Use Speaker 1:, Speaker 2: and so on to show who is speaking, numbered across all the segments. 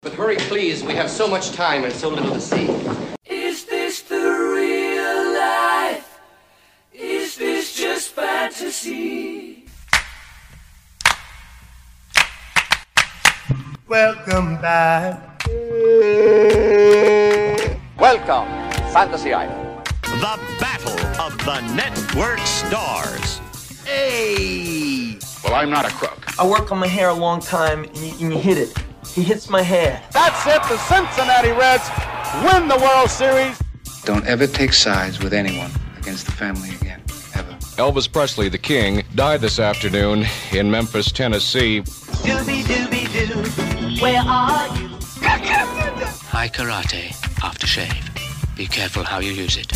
Speaker 1: But hurry, please. We have so much time and so little to see.
Speaker 2: Is this the real life? Is this just fantasy?
Speaker 3: Welcome back.
Speaker 4: Welcome, Fantasy Island.
Speaker 5: The Battle of the Network Stars.
Speaker 3: Hey!
Speaker 4: Well, I'm not a crook.
Speaker 6: I work on my hair a long time, and you, and you hit it. He hits my hair.
Speaker 7: That's it. The Cincinnati Reds win the World Series.
Speaker 8: Don't ever take sides with anyone against the family again. Ever.
Speaker 9: Elvis Presley, the King, died this afternoon in Memphis, Tennessee.
Speaker 10: Doobie doobie doo, where are you?
Speaker 11: High karate after shave. Be careful how you use it.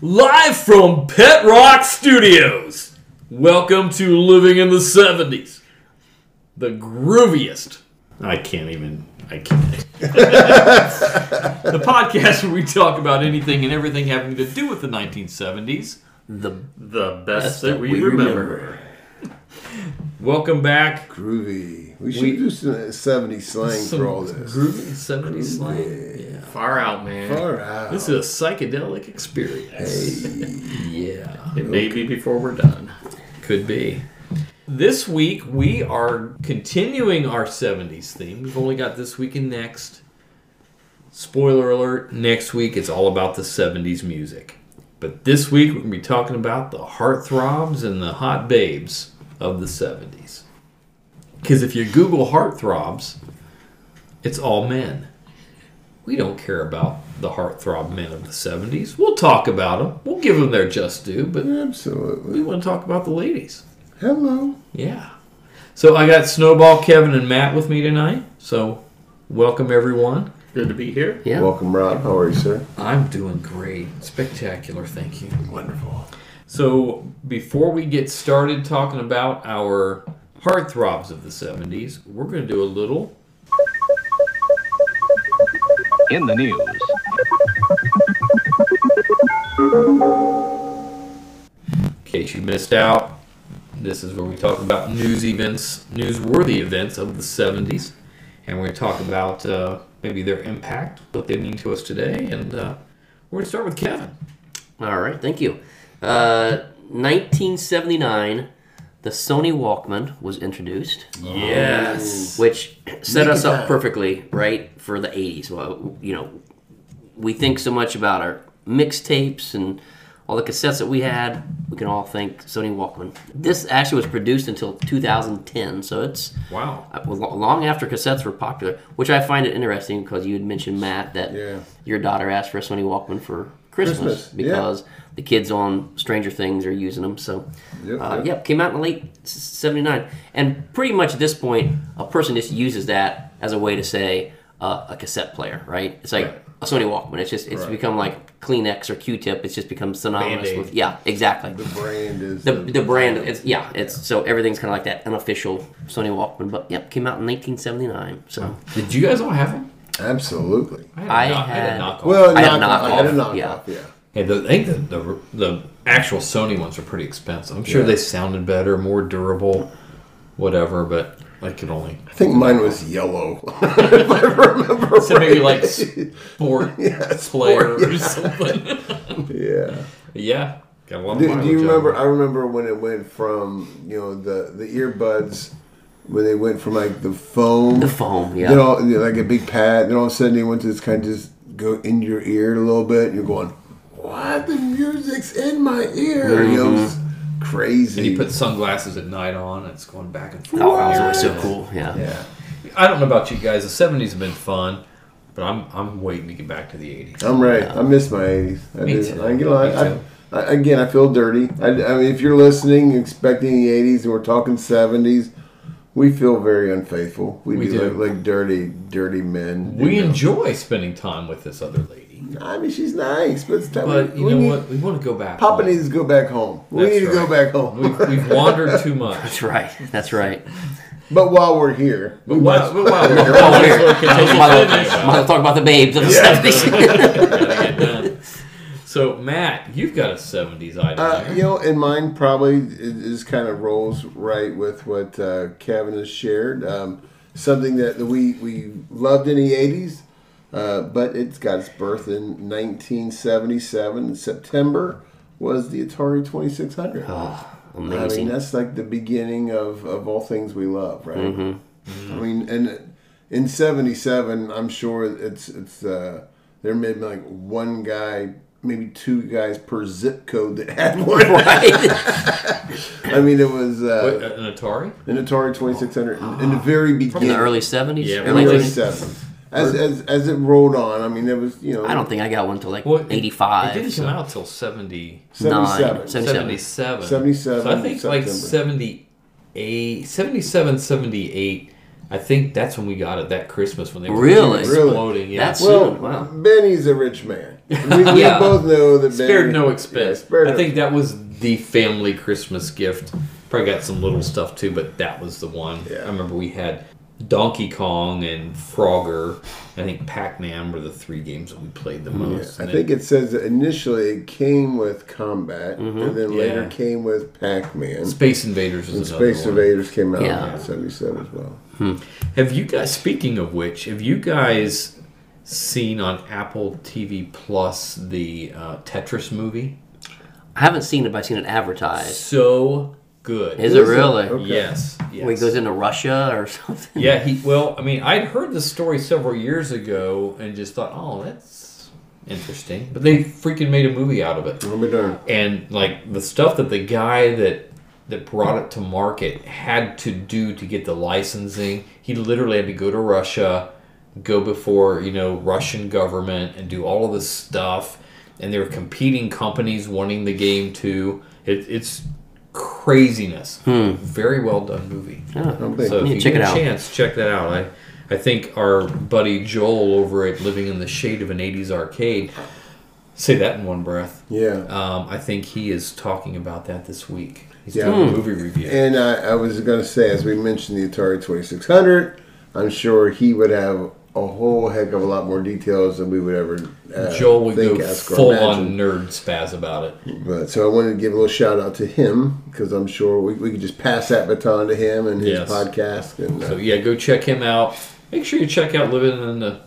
Speaker 12: Live from Pet Rock Studios. Welcome to Living in the 70s. The grooviest.
Speaker 13: I can't even. I can't.
Speaker 12: The podcast where we talk about anything and everything having to do with the 1970s.
Speaker 13: The the best, that we, remember.
Speaker 12: Welcome back.
Speaker 14: Groovy. We should do some 70 slang for all this.
Speaker 12: Groovy 70s slang.
Speaker 13: Far out, man.
Speaker 14: all right.
Speaker 12: This is a psychedelic experience.
Speaker 13: Yeah. It may be before we're done.
Speaker 12: Could be. This week we are continuing our 70s theme. We've only got this week and next. Spoiler alert, next week it's all about the 70s music. But this week we're going to be talking about the heartthrobs and the hot babes of the 70s. Because if you Google heartthrobs, it's all men. We don't care about the heartthrob men of the 70s. We'll talk about them. We'll give them their just due, but
Speaker 14: Absolutely.
Speaker 12: we want to talk about the ladies.
Speaker 14: Hello.
Speaker 12: Yeah. So I got Snowball, Kevin, and Matt with me tonight. So welcome everyone.
Speaker 13: Good to be here.
Speaker 12: Yeah.
Speaker 14: Welcome, Rob. How are you, sir?
Speaker 12: I'm doing great. Spectacular. Thank you.
Speaker 14: Wonderful.
Speaker 12: So before we get started talking about our heartthrobs of the 70s, we're going to do a little
Speaker 5: In the news.
Speaker 12: In case you missed out, this is where we talk about news events, newsworthy events of the 70s. And we're going to talk about uh, maybe their impact, what they mean to us today. And uh, we're going to start with Kevin.
Speaker 15: All right, thank you. Uh, 1979, the Sony Walkman was introduced,
Speaker 12: Yes.
Speaker 15: which set us up perfectly, right, for the 80s. Well, you know, we think so much about our mixtapes and all the cassettes that we had. We can all thank Sony Walkman. This actually was produced until 2010, so it's
Speaker 12: Wow.
Speaker 15: uh, well, lo- long after cassettes were popular, which I find it interesting because you had mentioned Matt that
Speaker 14: Yeah.
Speaker 15: your daughter asked for a Sony Walkman for Christmas,
Speaker 14: Christmas, yeah.
Speaker 15: because the kids on Stranger Things are using them. So,
Speaker 14: Yep,
Speaker 15: uh,
Speaker 14: yep.
Speaker 15: yep, came out in late s- '79, and pretty much at this point, a person just uses that as a way to say uh, a cassette player, right? It's like
Speaker 12: Right.
Speaker 15: a Sony Walkman. It's just it's become like Kleenex or Q-tip. It's just become synonymous
Speaker 12: Band-Aid.
Speaker 15: with yeah, exactly
Speaker 14: The brand is.
Speaker 15: the, the brand it's yeah it's so everything's kind of like that unofficial sony walkman but yep came out in 1979 so
Speaker 12: Did you guys all have them?
Speaker 14: Absolutely.
Speaker 15: I
Speaker 12: knock-
Speaker 15: had-
Speaker 12: knockoff.
Speaker 14: Well,
Speaker 15: I had
Speaker 14: knock,
Speaker 15: a knockoff,
Speaker 14: I had a knockoff,
Speaker 15: yeah.
Speaker 14: yeah.
Speaker 12: Hey, the, I think the, the the actual Sony ones are pretty expensive. I'm sure they sounded better, more durable, whatever. But I could only
Speaker 14: I think mine was yellow, if I remember
Speaker 12: so maybe like
Speaker 14: right.
Speaker 12: sport player or something.
Speaker 14: yeah.
Speaker 12: yeah, got a lot of
Speaker 14: Do, do
Speaker 12: mileage
Speaker 14: you
Speaker 12: out of
Speaker 14: remember?
Speaker 12: it.
Speaker 14: I remember when it went from you know the the earbuds when they went from like the foam,
Speaker 15: the foam yeah
Speaker 14: you know, like a big pad, then all of a sudden they went to this kind of just go in your ear a little bit. And you're going, what? The music's in my ear.
Speaker 15: Mm-hmm.
Speaker 14: You know, it's crazy.
Speaker 12: And you put sunglasses at night on, and it's going back and forth.
Speaker 15: oh, it was so cool yeah,
Speaker 14: yeah.
Speaker 12: I don't know about you guys. The '70s have been fun, but I'm I'm waiting to get back to the '80s.
Speaker 14: I'm right. I miss my 80s. I
Speaker 12: Me
Speaker 14: do.
Speaker 12: too.
Speaker 14: I ain't gonna
Speaker 12: Me
Speaker 14: lie.
Speaker 12: too.
Speaker 14: I, I, again, I feel dirty. I, I mean, if you're listening, expecting the 80s, and we're talking 70s, we feel very unfaithful. We,
Speaker 12: We
Speaker 14: do,
Speaker 12: do.
Speaker 14: Like, like dirty, dirty men.
Speaker 12: We
Speaker 14: you know.
Speaker 12: enjoy spending time with this other lady,
Speaker 14: I mean, she's nice, but it's time.
Speaker 12: but
Speaker 14: we-
Speaker 12: you
Speaker 14: we
Speaker 12: know
Speaker 14: need-
Speaker 12: what? We want to go back.
Speaker 14: Papa
Speaker 12: home.
Speaker 14: needs to go back home. We
Speaker 12: That's
Speaker 14: need to go
Speaker 12: right.
Speaker 14: back home.
Speaker 12: We've, we've wandered too much.
Speaker 15: that's right that's right
Speaker 14: But while we're here, we
Speaker 12: Wow,
Speaker 14: must-
Speaker 12: wow, we're
Speaker 15: oh
Speaker 12: always
Speaker 15: here
Speaker 12: looking
Speaker 15: might as
Speaker 12: to
Speaker 15: well might as well talk about the babes of the 70s
Speaker 12: get done. So Matt, you've got a '70s item.
Speaker 14: Uh,
Speaker 12: there.
Speaker 14: you know, and mine probably is kind of rolls right with what uh, Kevin has shared. Um, something that we we loved in the '80s, uh, but it's got its birth in 1977. September was the Atari 2600. I mean,
Speaker 15: amazing.
Speaker 14: that's like the beginning of of all things we love, right?
Speaker 15: Mhm.
Speaker 12: Mm-hmm.
Speaker 14: I mean, and in '77, I'm sure it's it's uh, there may be like one guy, maybe two guys per zip code that had one. Right. I mean, it was uh,
Speaker 12: Wait, an Atari.
Speaker 14: an Atari 2600 in- in the very beginning,
Speaker 15: From the early 70s?
Speaker 14: Yeah,
Speaker 15: Yeah,
Speaker 14: early,
Speaker 15: early
Speaker 14: 70s. As, as, as it rolled on, I mean, it was you know.
Speaker 15: I don't think I got one until like
Speaker 12: Well, it-
Speaker 15: 85.
Speaker 12: It didn't
Speaker 15: so-
Speaker 12: come out till 70,
Speaker 14: 77.
Speaker 12: 77.
Speaker 14: 77,
Speaker 12: So I think like
Speaker 14: September.
Speaker 12: 78, 77, 78. I think that's when we got it that Christmas when they were
Speaker 15: Really?
Speaker 12: exploding. Yeah.
Speaker 15: That's
Speaker 14: well,
Speaker 15: soon, wow.
Speaker 14: Benny's a rich man. We, we
Speaker 12: Yeah.
Speaker 14: both know that Benny
Speaker 12: spared no expense.
Speaker 14: Yeah, spared
Speaker 12: I
Speaker 14: no
Speaker 12: think that was the family Christmas gift. Probably got some little stuff too, but that was the one. I remember we had Donkey Kong and Frogger. I think Pac Man were the three games that we played the most.
Speaker 14: Yeah, I
Speaker 12: And
Speaker 14: think it says that initially it came with combat, and then later
Speaker 12: Yeah.
Speaker 14: came with Pac-Man.
Speaker 12: Mm-hmm. Space Invaders was
Speaker 14: and
Speaker 12: another
Speaker 14: Space
Speaker 12: one.
Speaker 14: Invaders came out
Speaker 12: Yeah.
Speaker 14: in '77 as well.
Speaker 12: Have you guys? Speaking of which, have you guys seen on Apple TV Plus the uh, Tetris movie?
Speaker 15: I haven't seen it, but I've seen it advertised.
Speaker 12: So good.
Speaker 15: Is it Is it? really? Okay.
Speaker 12: Yes. yes.
Speaker 15: Where he goes into Russia or something.
Speaker 12: yeah. He well, I mean, I'd heard the story several years ago and just thought, oh, that's interesting. But they freaking made a movie out of it. And like the stuff that the guy that that brought it to market had to do to get the licensing, he literally had to go to Russia, go before you know Russian government, and do all of this stuff. And there were competing companies wanting the game too. It, it's craziness.
Speaker 15: Hmm. Oh,
Speaker 12: Very well done movie.
Speaker 15: Yeah,
Speaker 12: so
Speaker 15: okay.
Speaker 12: if
Speaker 15: Yeah,
Speaker 12: you
Speaker 15: check
Speaker 12: get
Speaker 15: it
Speaker 12: a
Speaker 15: out.
Speaker 12: chance, check that out. I I think our buddy Joel over at Living in the Shade of an '80s Arcade Say that in one breath.
Speaker 14: Yeah.
Speaker 12: Um, I think he is talking about that this week. He's
Speaker 14: Yeah. Hmm.
Speaker 12: doing a movie review.
Speaker 14: And I, I was going to say, as we mentioned the Atari 2600, I'm sure he would have a whole heck of a lot more details than we would ever uh,
Speaker 12: Joel would
Speaker 14: think,
Speaker 12: go
Speaker 14: ask, or
Speaker 12: full
Speaker 14: imagine.
Speaker 12: on nerd spaz about it.
Speaker 14: But so I wanted to give a little shout out to him because I'm sure we, we could just pass that baton to him and his
Speaker 12: Yes.
Speaker 14: podcast. And uh,
Speaker 12: So yeah, go check him out. Make sure you check out Living in the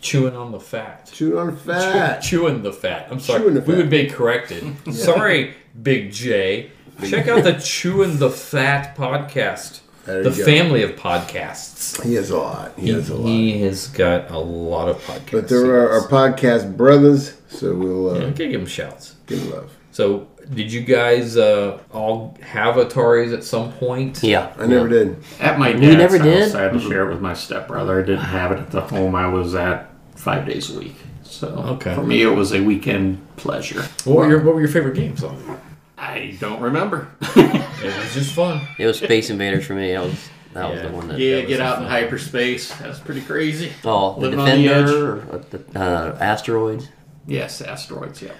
Speaker 12: Chewing on the Fat.
Speaker 14: Chewing on Fat.
Speaker 12: chewing the Fat. I'm sorry.
Speaker 14: Chewing the
Speaker 12: We
Speaker 14: Fat.
Speaker 12: would be corrected. Sorry, Big J. Check out the Chewing the Fat podcast.
Speaker 14: There
Speaker 12: the
Speaker 14: you go.
Speaker 12: family of podcasts.
Speaker 14: he has a lot. He,
Speaker 12: He-
Speaker 14: has a lot.
Speaker 12: He has got a lot of podcasts.
Speaker 14: But there are our podcast brothers, so we'll uh,
Speaker 12: Yeah, okay, give him shouts.
Speaker 14: give him love.
Speaker 12: So, did you guys uh, all have Ataris at some point?
Speaker 15: Yeah.
Speaker 14: I never did.
Speaker 13: At my dad's
Speaker 12: You never
Speaker 13: house,
Speaker 12: did?
Speaker 13: I had to share it with my stepbrother. I didn't have it at the home I was at five days a week. So
Speaker 12: Okay.
Speaker 13: for me, it was a weekend pleasure.
Speaker 12: What were your What were your favorite games on there?
Speaker 13: I don't remember.
Speaker 12: It was just fun.
Speaker 15: It was Space Invaders for me. That was that was the one that.
Speaker 13: yeah,
Speaker 15: that was
Speaker 13: get
Speaker 15: the
Speaker 13: out in
Speaker 15: fun.
Speaker 13: hyperspace. That's pretty crazy.
Speaker 15: Oh, the
Speaker 13: Living on the edge.
Speaker 15: Defender, or, uh, the, uh, asteroids.
Speaker 13: Yes, asteroids. Yeah.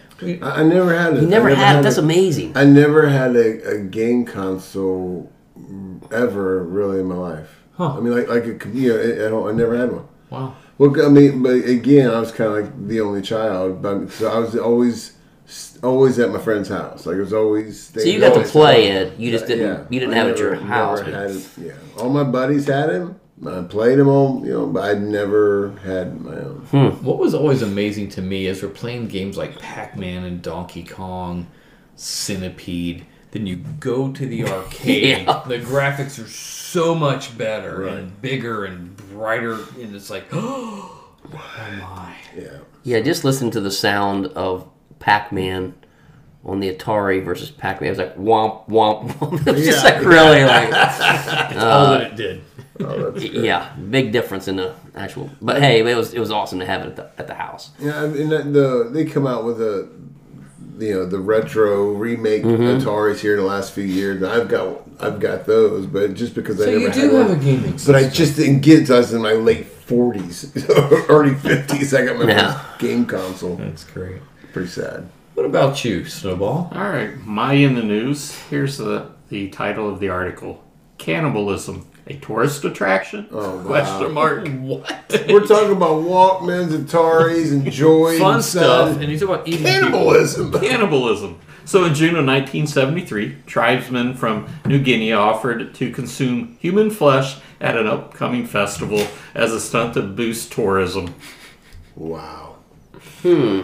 Speaker 14: I, I never had it.
Speaker 15: You never
Speaker 14: I
Speaker 15: had it? That's amazing.
Speaker 14: I never had a, a game console ever really in my life. I mean, like like a com- you know, I, I don't. I never had one.
Speaker 12: Wow.
Speaker 14: Well, I mean, but again, I was kind of like the only child, but so I was always always at my friend's house. Like it was always.
Speaker 15: So you got to
Speaker 14: always-
Speaker 15: play it. You just
Speaker 14: Yeah,
Speaker 15: didn't.
Speaker 14: yeah.
Speaker 15: You didn't
Speaker 14: I
Speaker 15: have it at your
Speaker 14: never- never
Speaker 15: house. but-
Speaker 14: had it, yeah, all my buddies had him. I played him all, you know, but I never had my own.
Speaker 15: Hmm.
Speaker 12: What was always amazing to me is we're playing games like Pac Man and Donkey Kong, Centipede. Then you go to the arcade.
Speaker 15: Yeah.
Speaker 12: The graphics are so much better and bigger and brighter, and it's like, oh my!
Speaker 14: Yeah.
Speaker 15: Yeah, just listen to the sound of Pac-Man on the Atari versus Pac-Man. It was like womp womp. womp. It was just
Speaker 12: Yeah.
Speaker 15: like really like.
Speaker 12: That's all
Speaker 15: Uh,
Speaker 12: that it did.
Speaker 14: Oh, that's great.
Speaker 15: Yeah, big difference in the actual. But hey, it was it was awesome to have it at the, at the house.
Speaker 14: Yeah, I mean that- the they come out with a you know the retro remake
Speaker 15: Mhm.
Speaker 14: Ataris here in the last few years. And I've got I've got those, but just because I
Speaker 12: So
Speaker 14: never
Speaker 12: you
Speaker 14: had
Speaker 12: do
Speaker 14: one,
Speaker 12: have a gaming
Speaker 14: but I just didn't get it. till I was in my late forties, early fifties. I got my
Speaker 12: Yeah.
Speaker 14: first game console.
Speaker 12: That's great.
Speaker 14: Pretty sad.
Speaker 12: What about you, Snowball?
Speaker 13: All right, my in the news. Here's the the title of the article: Cannibalism a tourist attraction?
Speaker 14: Oh, wow.
Speaker 13: Question mark.
Speaker 12: What?
Speaker 14: We're talking about Walkmans, Ataris, and Joys.
Speaker 13: Fun
Speaker 14: and
Speaker 13: stuff, and you talk about eating
Speaker 14: Cannibalism.
Speaker 13: people. Cannibalism. So in June of 1973, tribesmen from New Guinea offered to consume human flesh at an upcoming festival as a stunt to boost tourism.
Speaker 14: Wow.
Speaker 13: Hmm.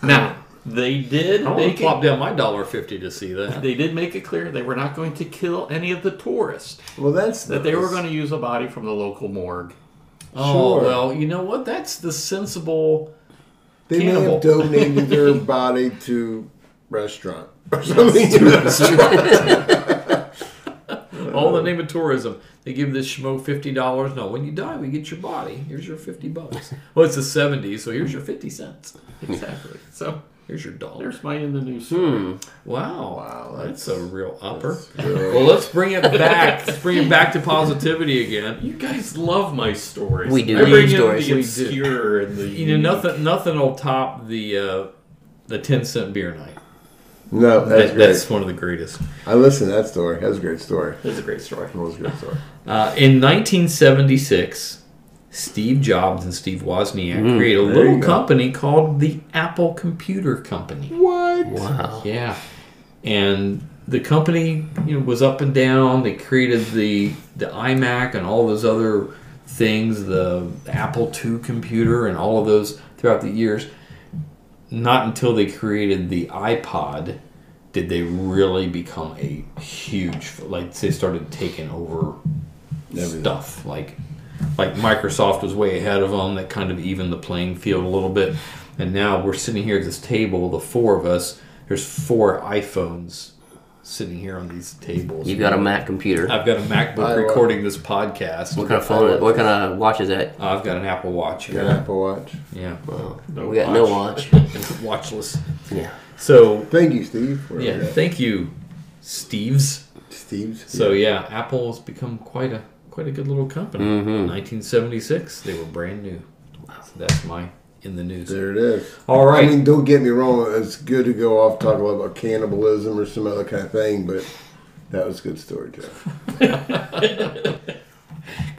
Speaker 13: Now they did.
Speaker 12: I wanna
Speaker 13: make
Speaker 12: plop
Speaker 13: it,
Speaker 12: down my dollar fifty to see that.
Speaker 13: They did make it clear they were not going to kill any of the tourists.
Speaker 14: Well, that's
Speaker 13: that they were going to use a body from the local morgue.
Speaker 12: Oh
Speaker 13: Sure.
Speaker 12: well, you know what? That's the sensible.
Speaker 14: They may
Speaker 12: cannibal.
Speaker 14: have donated their body to restaurant or something. To
Speaker 12: All in the name of tourism. They give this schmo fifty dollars. No, when you die, we get your body. Here's your fifty bucks. Well, it's the '70s, so here's your fifty cents.
Speaker 13: Exactly. So
Speaker 12: here's your dollar.
Speaker 13: there's my in the news.
Speaker 12: Hmm.
Speaker 13: story.
Speaker 12: Wow, wow, that's, a real upper.
Speaker 13: really-
Speaker 12: Well, let's bring it back. let's bring it back to positivity again.
Speaker 13: You guys love my stories.
Speaker 15: We do.
Speaker 13: I
Speaker 15: We
Speaker 13: bring
Speaker 15: do
Speaker 13: in
Speaker 15: stories.
Speaker 13: the
Speaker 15: We
Speaker 12: do.
Speaker 13: obscure and the
Speaker 12: You know, nothing, nothing will top the uh, the ten cent beer night.
Speaker 14: no, that's
Speaker 12: That-
Speaker 14: great.
Speaker 12: that's one of the greatest.
Speaker 14: I listened to that story. That was a great story.
Speaker 13: That's a great story.
Speaker 14: That was a great story.
Speaker 12: Uh, in 1976, Steve Jobs and Steve Wozniak
Speaker 15: Mm,
Speaker 12: created a
Speaker 15: there
Speaker 12: little
Speaker 15: you go.
Speaker 12: company called the Apple Computer Company.
Speaker 14: What?
Speaker 15: Wow.
Speaker 12: Yeah, and the company you know was up and down. They created the the iMac and all those other things, the Apple II computer, and all of those throughout the years. Not until they created the iPod did they really become a huge like they started taking over stuff like like Microsoft was way ahead of them that kind of evened the playing field a little bit and now we're sitting here at this table the four of us there's four iPhones sitting here on these tables
Speaker 15: You got a Mac computer.
Speaker 12: I've got a
Speaker 14: I
Speaker 12: MacBook
Speaker 14: love-
Speaker 12: recording this podcast
Speaker 15: What kind of phone? What kind of watch is that?
Speaker 12: I've got an Apple Watch
Speaker 14: Got an Apple Watch.
Speaker 12: yeah
Speaker 15: Well,
Speaker 13: No
Speaker 15: we got no watch.
Speaker 12: watchless
Speaker 15: yeah.
Speaker 12: so
Speaker 14: Thank you, Steve. for
Speaker 12: yeah
Speaker 14: that.
Speaker 12: thank you Steve's
Speaker 14: Steve's.
Speaker 12: So yeah, Apple has become quite a quite a good little company.
Speaker 15: Mhm.
Speaker 12: 1976, they were brand new. So that's my in the news.
Speaker 14: There it is.
Speaker 12: All right.
Speaker 14: I mean, don't get me wrong. It's good to go off talk about cannibalism or some other kind of thing, but that was a good story too.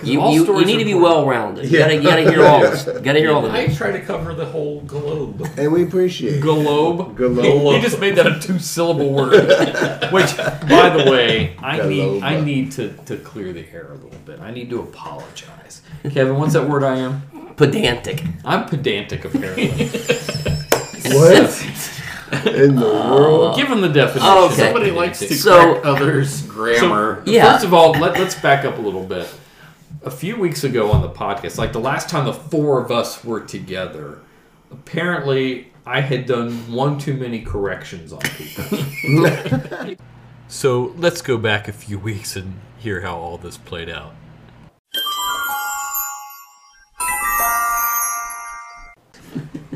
Speaker 15: You,
Speaker 12: all
Speaker 15: you, you
Speaker 12: stories
Speaker 15: need
Speaker 12: are
Speaker 15: to be
Speaker 12: important.
Speaker 15: well rounded. You gotta you gotta hear all this. You gotta hear all the
Speaker 13: I
Speaker 15: news.
Speaker 13: try to cover the whole globe.
Speaker 14: And we appreciate it.
Speaker 12: Globe.
Speaker 14: Globe.
Speaker 12: He, he just made that a two syllable word. Which, by the way, I need I
Speaker 14: Globe.
Speaker 12: need to, to clear the air a little bit. I need to apologize. Kevin, what's that word I am?
Speaker 15: Pedantic.
Speaker 12: I'm pedantic apparently.
Speaker 14: What in the world?
Speaker 12: Give him the definition.
Speaker 15: Oh, okay.
Speaker 13: Somebody likes to
Speaker 15: So-
Speaker 13: correct others' grammar.
Speaker 12: So,
Speaker 15: Yeah.
Speaker 12: First of all, let, let's back up a little bit. A few weeks ago on the podcast, like the last time the four of us were together, apparently I had done one too many corrections on people. so let's go back a few weeks and hear how all this played out.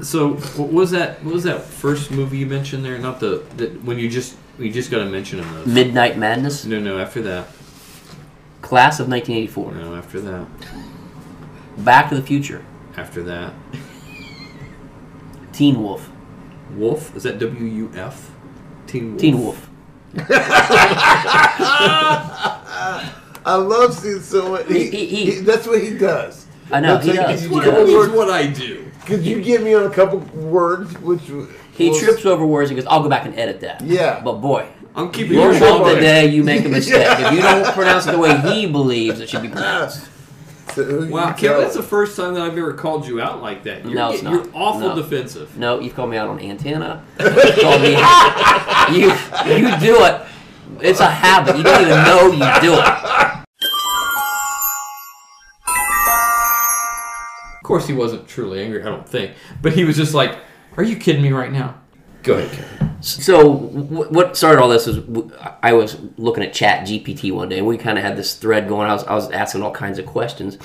Speaker 12: So what was that? What was that first movie you mentioned there? Not the that when you just you just got to mention in those.
Speaker 15: Midnight Madness,
Speaker 12: No, no, after that.
Speaker 15: class of 1984,
Speaker 12: No, after that.
Speaker 15: Back to the Future,
Speaker 12: After that.
Speaker 15: Teen Wolf,
Speaker 12: Wolf? Is that W U F? Teen Wolf.
Speaker 15: Teen Wolf.
Speaker 14: I love seeing someone. He,
Speaker 15: He-
Speaker 14: he,
Speaker 15: he-
Speaker 14: that's what he does.
Speaker 15: I know he does.
Speaker 14: That's like-
Speaker 15: He,
Speaker 14: What-
Speaker 13: What,
Speaker 15: does.
Speaker 13: is what I do?
Speaker 14: Could you give me on a couple words? Which w-
Speaker 15: he
Speaker 14: was-
Speaker 15: trips over words and goes, "I'll go back and edit that."
Speaker 14: Yeah.
Speaker 15: But boy,
Speaker 13: I'm keeping
Speaker 15: you're
Speaker 13: your
Speaker 15: wrong the
Speaker 13: mouth
Speaker 15: day you make a mistake. If you don't pronounce it the way he believes it should be pronounced,
Speaker 14: So who
Speaker 12: Wow,
Speaker 14: you
Speaker 12: Kevin,
Speaker 14: tell?
Speaker 12: that's the first time that I've ever called you out like that. You're,
Speaker 15: No, it's
Speaker 12: get-
Speaker 15: not.
Speaker 12: You're awful
Speaker 15: No.
Speaker 12: defensive.
Speaker 15: no, you've called me out on antenna. You've called me. you you do it. It's a habit. You don't even know you do it.
Speaker 12: Of course, he wasn't truly angry, I don't think. But he was just like, Are you kidding me right now? Go ahead, Kevin.
Speaker 15: So wh- what started all this was w- I was looking at Chat GPT one day, and we kind of had this thread going. I was I was asking all kinds of questions,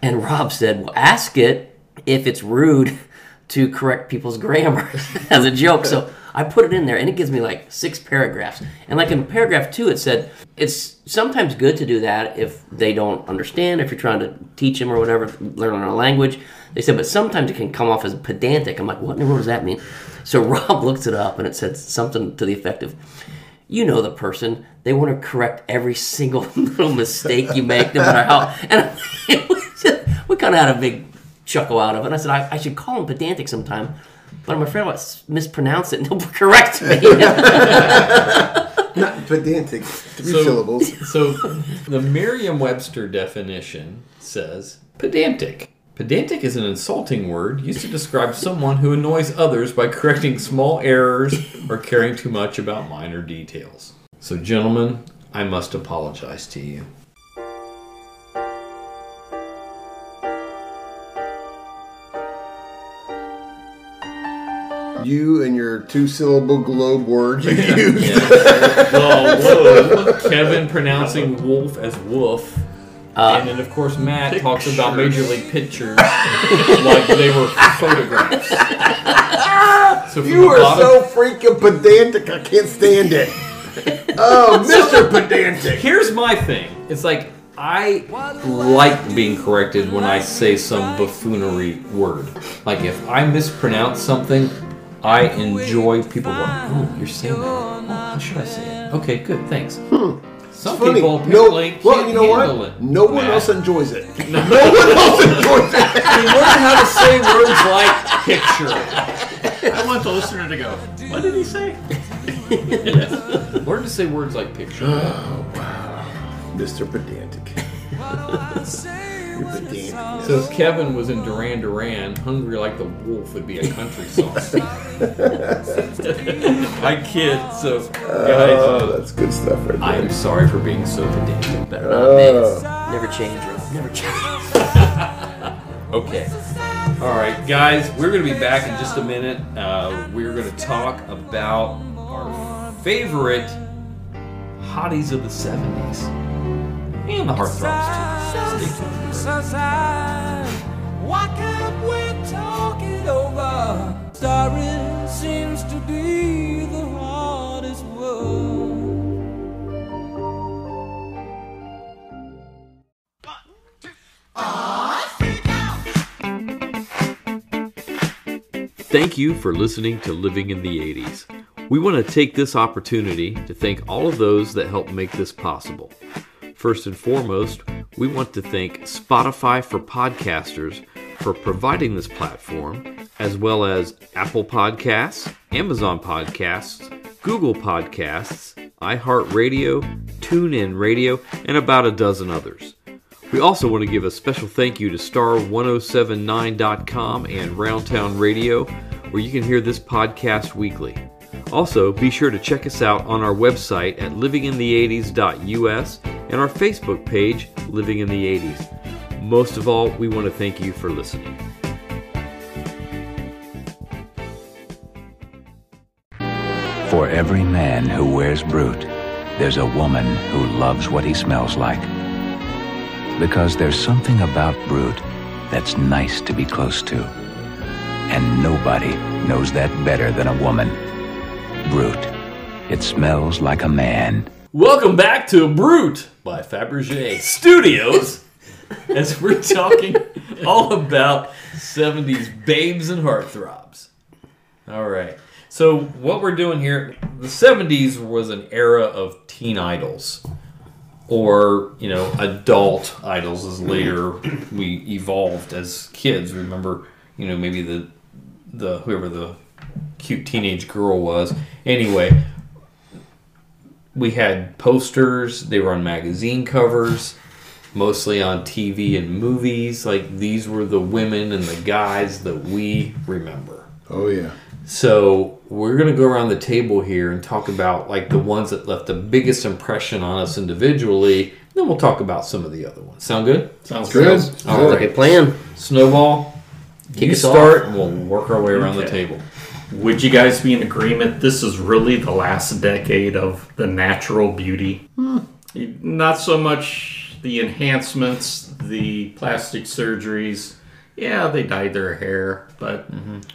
Speaker 15: and Rob said, "Well, ask it if it's rude to correct people's grammar as a joke." So I put it in there, and it gives me like six paragraphs. And like in paragraph two, it said it's sometimes good to do that if they don't understand, if you're trying to teach them or whatever, learn another language. They said, but sometimes it can come off as pedantic. I'm like, what in the world does that mean? So Rob looks it up, and it said something to the effect of, you know the person. They want to correct every single little mistake you make, no matter how. And it was just- we kind of had a big chuckle out of it. And I said, I, I should call him pedantic sometime, but I'm afraid I'll s- mispronounce it and he'll correct me. Oh,
Speaker 14: Not pedantic. Three
Speaker 12: So-
Speaker 14: syllables.
Speaker 12: So the Merriam-Webster definition says pedantic. Pedantic is an insulting word used to describe someone who annoys others by correcting small errors or caring too much about minor details. So, gentlemen, I must apologize to you.
Speaker 14: You and your two syllable globe words you used.
Speaker 12: Well, whoa, Kevin pronouncing wolf as woof. and then, of course, Matt talks about Major League pictures like they were photographs. So from
Speaker 14: you
Speaker 12: the
Speaker 14: are
Speaker 12: bottom-
Speaker 14: so freaking pedantic, I can't stand it. oh, Mr. Pedantic.
Speaker 12: Here's my thing. It's like I like being corrected when I say some buffoonery word. Like if I mispronounce something, I enjoy people going, "Oh, you're saying that. Oh, how should I say it? Okay, good, thanks." Some
Speaker 14: Hmm. Funny.
Speaker 12: people
Speaker 14: no,
Speaker 12: apparently can't
Speaker 14: well, you know
Speaker 12: handle
Speaker 14: what?
Speaker 12: it.
Speaker 14: No one else enjoys it. No, one else enjoys it.
Speaker 12: You learn how to say words like picture.
Speaker 13: I want the listener to go. What did he say?
Speaker 12: Yes. Learn to say words like picture.
Speaker 14: Mr. Pedantic. You're pedantic.
Speaker 12: So if Kevin was in Duran Duran, "Hungry Like the Wolf" would be a country song. I kid. So guys,
Speaker 14: Oh, that's good stuff right there.
Speaker 12: I'm sorry for being so pedantic.
Speaker 15: Better not
Speaker 14: Oh.
Speaker 15: be. Never change, Rob. Never change.
Speaker 12: Okay. All right, guys, we're gonna be back in just a minute. Uh, we're gonna talk about our favorite hotties of the '70s and the heartthrobs too. Stay tuned.
Speaker 2: Why can't we talk it over? Sorry seems to be the hardest word.
Speaker 16: Thank you for listening to Living in the 80s. We want to take this opportunity to thank all of those that helped make this possible. First and foremost, we want to thank Spotify for Podcasters for providing this platform, as well as Apple Podcasts, Amazon Podcasts, Google Podcasts, iHeartRadio, TuneIn Radio, and about a dozen others. We also want to give a special thank you to star1079.com and Roundtown Radio, where you can hear this podcast weekly. Also, be sure to check us out on our website at livinginthe80s.us and our Facebook page, Living in the 80s. Most of all, we want to thank you for listening.
Speaker 17: For every man who wears brute, there's a woman who loves what he smells like. Because there's something about brute that's nice to be close to. And nobody knows that better than a woman. Brute. It smells like a man.
Speaker 12: Welcome back to Brute by Fabergé Studios as we're talking all about 70s babes and heartthrobs. All right. So, what we're doing here, the 70s was an era of teen idols or, you know, adult idols as later we evolved as kids. Remember, you know, maybe the the whoever the cute teenage girl was. Anyway, we had posters they were on magazine covers mostly on tv and movies like these were the women and the guys that we remember
Speaker 14: Oh, yeah.
Speaker 12: so we're going to go around the table here and talk about like the ones that left the biggest impression on us individually then we'll talk about some of the other ones sound good
Speaker 13: Sounds Good. good.
Speaker 12: all
Speaker 13: Sounds
Speaker 12: right
Speaker 13: like a
Speaker 15: plan
Speaker 12: snowball
Speaker 13: Kick
Speaker 12: you
Speaker 13: us off.
Speaker 12: start and we'll work our way around the
Speaker 13: Okay.
Speaker 12: table
Speaker 13: Would you guys be in agreement? This is really the last decade of the natural beauty. Not so much the enhancements, the plastic surgeries. Yeah, they dyed their hair, but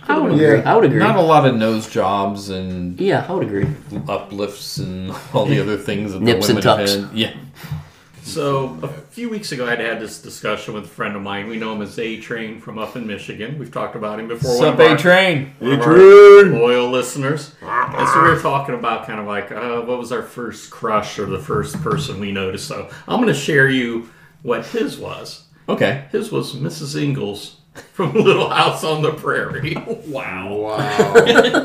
Speaker 15: I would agree. I would agree.
Speaker 12: Not a lot of nose jobs and
Speaker 15: yeah, I would agree.
Speaker 12: Uplifts and all the other things that
Speaker 15: Nips
Speaker 12: the
Speaker 15: and
Speaker 12: women
Speaker 15: tucks.
Speaker 12: had. Yeah,
Speaker 13: So a few weeks ago, I'd had this discussion with a friend of mine. We know him as A Train from up in Michigan. We've talked about him before.
Speaker 12: Sup, A-Train?
Speaker 13: One of our
Speaker 12: A-Train.
Speaker 13: loyal listeners. And so we were talking about kind of like uh, what was our first crush or the first person we noticed. So I'm going to share you what his was.
Speaker 12: Okay.
Speaker 13: His was Mrs. Ingalls from Little House on the Prairie. wow.
Speaker 15: Wow.